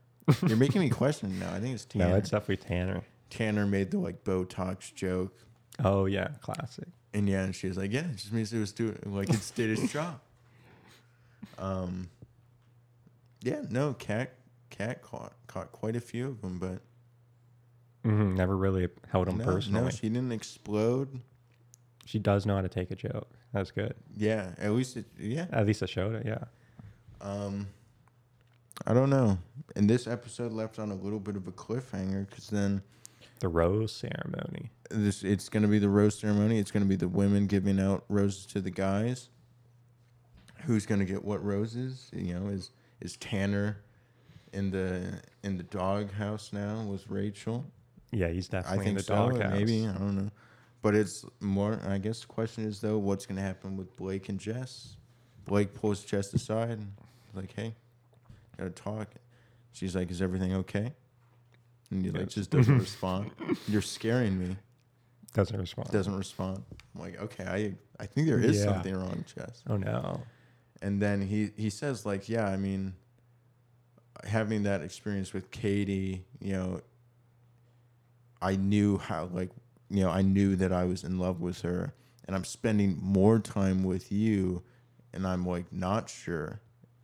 Speaker 2: You're making me question now. I think it's Tanner.
Speaker 1: No, it's definitely Tanner.
Speaker 2: Tanner made the like Botox joke,
Speaker 1: Oh yeah, classic.
Speaker 2: and yeah, and she was like, yeah, it just means it was doing like it did its job. Um, yeah, no, cat cat caught caught quite a few of them, but
Speaker 1: hmm Never really held him
Speaker 2: no,
Speaker 1: personally.
Speaker 2: no,
Speaker 1: she,
Speaker 2: she didn't explode.
Speaker 1: does know how to take a joke. That's good.
Speaker 2: Yeah, at least it, yeah.
Speaker 1: At least I showed it. Yeah.
Speaker 2: Um, I don't know. And this episode left on a little bit of a cliffhanger because then
Speaker 1: The rose ceremony.
Speaker 2: this it's going to be the rose ceremony. It's going to be the women giving out roses to the guys. Who's going to get what roses? You know, is is Tanner in the in the dog house now with Rachel?
Speaker 1: Yeah, he's
Speaker 2: I
Speaker 1: definitely in
Speaker 2: think
Speaker 1: the
Speaker 2: so.
Speaker 1: dog
Speaker 2: or
Speaker 1: house.
Speaker 2: Maybe I don't know. But it's more. I guess the question is though, what's going to happen with Blake and Jess? Blake pulls Jess aside and like, "Hey, gotta talk." She's like, "Is everything okay?" And you like just doesn't respond. You're scaring me.
Speaker 1: Doesn't respond.
Speaker 2: Doesn't respond. I'm like, okay, I I think there is
Speaker 1: Yeah.
Speaker 2: something wrong, Jess.
Speaker 1: Oh no.
Speaker 2: And then he he says like, yeah, I mean, having that experience with Katie, you know, I knew how like, you know, I knew that I was in love with her, and I'm spending more time with you, and I'm like not sure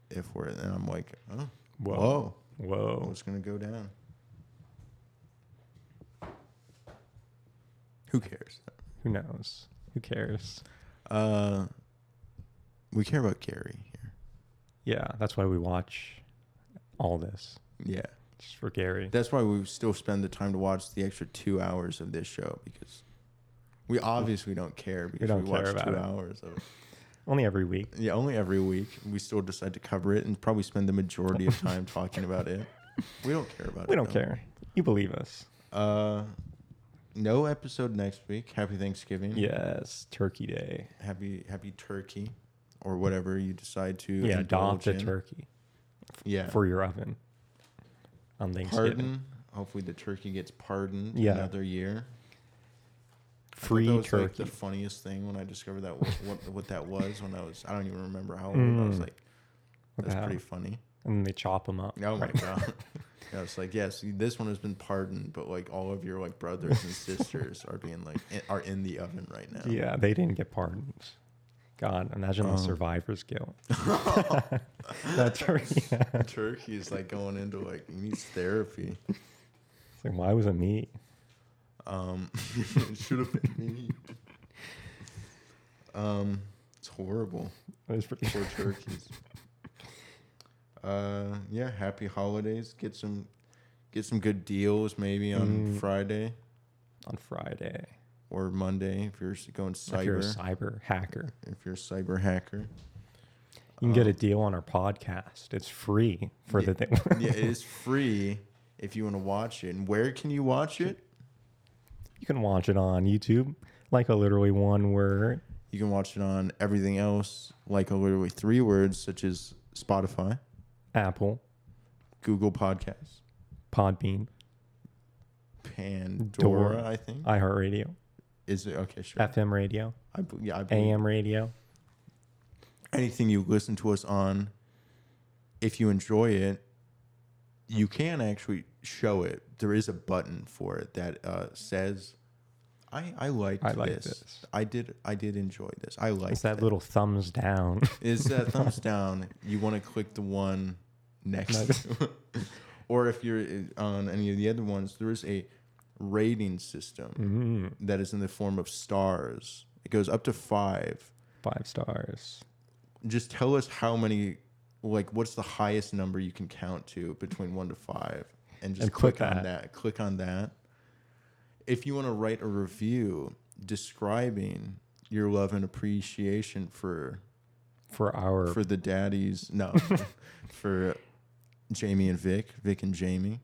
Speaker 2: if we're. And I'm like, oh,
Speaker 1: Whoa.
Speaker 2: whoa,
Speaker 1: Whoa.
Speaker 2: what's gonna go down? Who cares?
Speaker 1: Who knows? Who cares?
Speaker 2: Uh, we care about Gary here.
Speaker 1: Yeah, that's why we watch all this.
Speaker 2: Yeah.
Speaker 1: Just for Gary.
Speaker 2: That's why we still spend the time to watch the extra two hours of this show because we obviously don't care because we,
Speaker 1: don't care
Speaker 2: watch
Speaker 1: about
Speaker 2: two
Speaker 1: it.
Speaker 2: hours of it.
Speaker 1: Only every week.
Speaker 2: Yeah, only every week. We still decide to cover it and probably spend the majority of time talking about it. We don't care about it.
Speaker 1: We don't
Speaker 2: though.
Speaker 1: care. You believe us.
Speaker 2: Uh, no episode next week. Happy Thanksgiving.
Speaker 1: Yes. Turkey Day.
Speaker 2: Happy Happy Turkey, or whatever you decide to.
Speaker 1: Yeah, adopt
Speaker 2: indulge
Speaker 1: a
Speaker 2: in.
Speaker 1: turkey
Speaker 2: Yeah.
Speaker 1: for your oven on Thanksgiving.
Speaker 2: pardon. Hopefully the turkey gets pardoned
Speaker 1: Yeah.
Speaker 2: another year. I thought
Speaker 1: Free
Speaker 2: that was,
Speaker 1: turkey.
Speaker 2: Like the funniest thing when I discovered that what, what, what that was when I was I don't even remember how old I was
Speaker 1: Mm.
Speaker 2: like
Speaker 1: What the
Speaker 2: that's
Speaker 1: hell?
Speaker 2: pretty funny.
Speaker 1: and then they chop them up.
Speaker 2: Oh my
Speaker 1: right?
Speaker 2: god. I was like, yes, this one has been pardoned, but like all of your like brothers and sisters are being like in, are in the oven right now.
Speaker 1: Yeah, they didn't get pardoned. God, imagine
Speaker 2: Um.
Speaker 1: the survivor's guilt. That's right. Yeah.
Speaker 2: Turkey is like going into like he needs therapy.
Speaker 1: It's like, why was it me?
Speaker 2: Um, it should have been me. Um, it's horrible.
Speaker 1: It was pretty.
Speaker 2: Poor turkeys. uh, yeah. Happy holidays. Get some, get some good deals maybe on
Speaker 1: Mm.
Speaker 2: Friday
Speaker 1: on Friday.
Speaker 2: or Monday if you're s- going cyber.
Speaker 1: If you're a cyber hacker,
Speaker 2: if you're a cyber hacker,
Speaker 1: you can get a deal on our podcast. It's free for the thing.
Speaker 2: Oh. yeah, it is free if you want to watch it. And where can you watch it?
Speaker 1: you can watch it on YouTube, like a literally one word.
Speaker 2: You can watch it on everything else, like a literally three words, such as Spotify,
Speaker 1: Apple,
Speaker 2: Google Podcasts,
Speaker 1: Podbean,
Speaker 2: Pandora.
Speaker 1: Dora.
Speaker 2: I think
Speaker 1: iHeartRadio,
Speaker 2: is it okay? Sure.
Speaker 1: FM radio,
Speaker 2: I bel- yeah, I believe
Speaker 1: AM radio.
Speaker 2: anything you listen to us on, if you enjoy it, you can actually show it. There is a button for it that uh, says, "I I liked
Speaker 1: I like
Speaker 2: this.
Speaker 1: this.
Speaker 2: I did I did enjoy this. I like
Speaker 1: It's that little thumbs down.
Speaker 2: Is that thumbs down? You want to click the one next,
Speaker 1: Next.
Speaker 2: to it. or if you're uh, on any of the other ones, there is a rating system
Speaker 1: mm,
Speaker 2: that is in the form of stars. It goes up to five.
Speaker 1: five stars.
Speaker 2: just tell us how many like what's the highest number you can count to between one to five and just
Speaker 1: And
Speaker 2: click,
Speaker 1: click
Speaker 2: on
Speaker 1: that.
Speaker 2: that click on that if you want to write a review describing your love and appreciation for
Speaker 1: for our
Speaker 2: for the daddies no for jamie and vic vic and jamie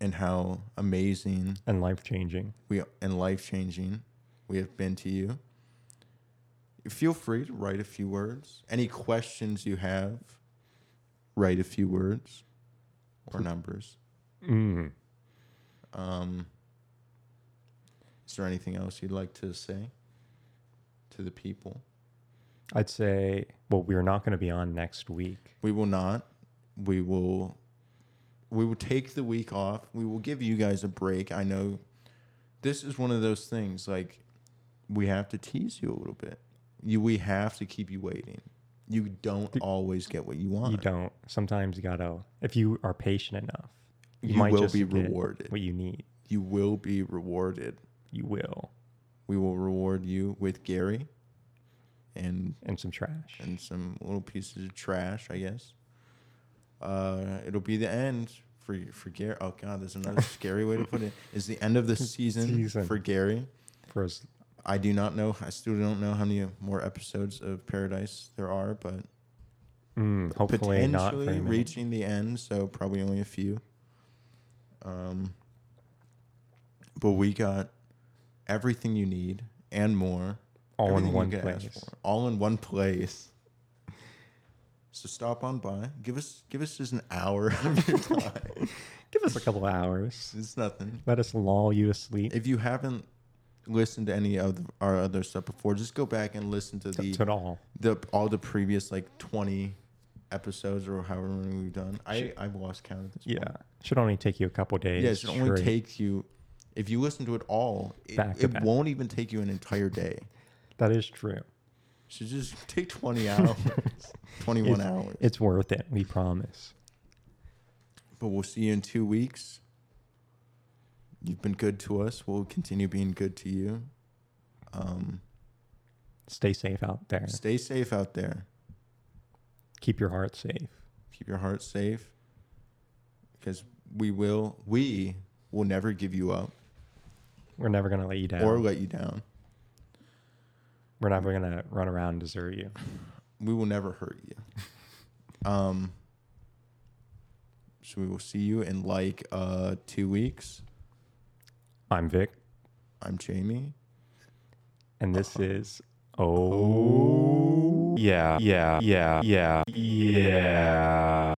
Speaker 2: and how amazing
Speaker 1: and life changing.
Speaker 2: we and life changing we have been to you. Feel free to write a few words. Any questions you have, write a few words or numbers.
Speaker 1: Mm.
Speaker 2: Um, Is there anything else you'd like to say to the people?
Speaker 1: I'd say, well, we're not going to be on next week.
Speaker 2: We will not. We will. We will take the week off. We will give you guys a break. I know. This is one of those things like we have to tease you a little bit. You we have to keep you waiting. You don't always get what you want.
Speaker 1: You don't. Sometimes you gotta, if you are patient enough, you,
Speaker 2: You
Speaker 1: might
Speaker 2: will
Speaker 1: just
Speaker 2: be
Speaker 1: get
Speaker 2: rewarded.
Speaker 1: What you need,
Speaker 2: You will be rewarded.
Speaker 1: you will,
Speaker 2: We will reward you with Gary and
Speaker 1: and some trash.
Speaker 2: and some little pieces of trash, I guess. Uh, it'll be the end for for Gary. Oh God, there's another scary way to put it. Is the end of the season,
Speaker 1: Season.
Speaker 2: for Gary?
Speaker 1: For us,
Speaker 2: I do not know. I still don't know how many more episodes of Paradise there are, but
Speaker 1: mm, hopefully not very
Speaker 2: potentially
Speaker 1: many.
Speaker 2: reaching the end. So probably only a few. Um, but we got everything you need and more.
Speaker 1: all
Speaker 2: Everything
Speaker 1: in
Speaker 2: you
Speaker 1: one
Speaker 2: could ask
Speaker 1: place.
Speaker 2: for, all in one place. So stop on by. Give us give us just an hour of your time.
Speaker 1: Give us a couple hours.
Speaker 2: it's nothing.
Speaker 1: Let us lull you to sleep.
Speaker 2: If you haven't listened to any of the- our other stuff before, just go back and listen to
Speaker 1: to
Speaker 2: the
Speaker 1: it all.
Speaker 2: the all the previous like twenty episodes or however many we've done. I I've lost count at this.
Speaker 1: Yeah, should only take you a couple days.
Speaker 2: Yeah, it should only
Speaker 1: straight.
Speaker 2: takes you if you listen to it all. It,
Speaker 1: Back to
Speaker 2: it
Speaker 1: back.
Speaker 2: won't even take you an entire day.
Speaker 1: That is true.
Speaker 2: So just take twenty hours, twenty one
Speaker 1: It's-
Speaker 2: hours.
Speaker 1: It's worth it. We promise.
Speaker 2: But we'll see you in two weeks. You've been good to us. We'll continue being good to you. Um,
Speaker 1: Stay safe out there.
Speaker 2: stay safe out there.
Speaker 1: Keep your heart safe.
Speaker 2: Keep your heart safe. Because we will, we will never give you up
Speaker 1: We're never gonna let you down.
Speaker 2: or let you down.
Speaker 1: We're never gonna run around and desert you.
Speaker 2: We will never hurt you. um, so we will see you in like uh, two weeks.
Speaker 1: I'm Vic,
Speaker 2: I'm Jamie.
Speaker 1: and this is oh yeah yeah yeah yeah yeah.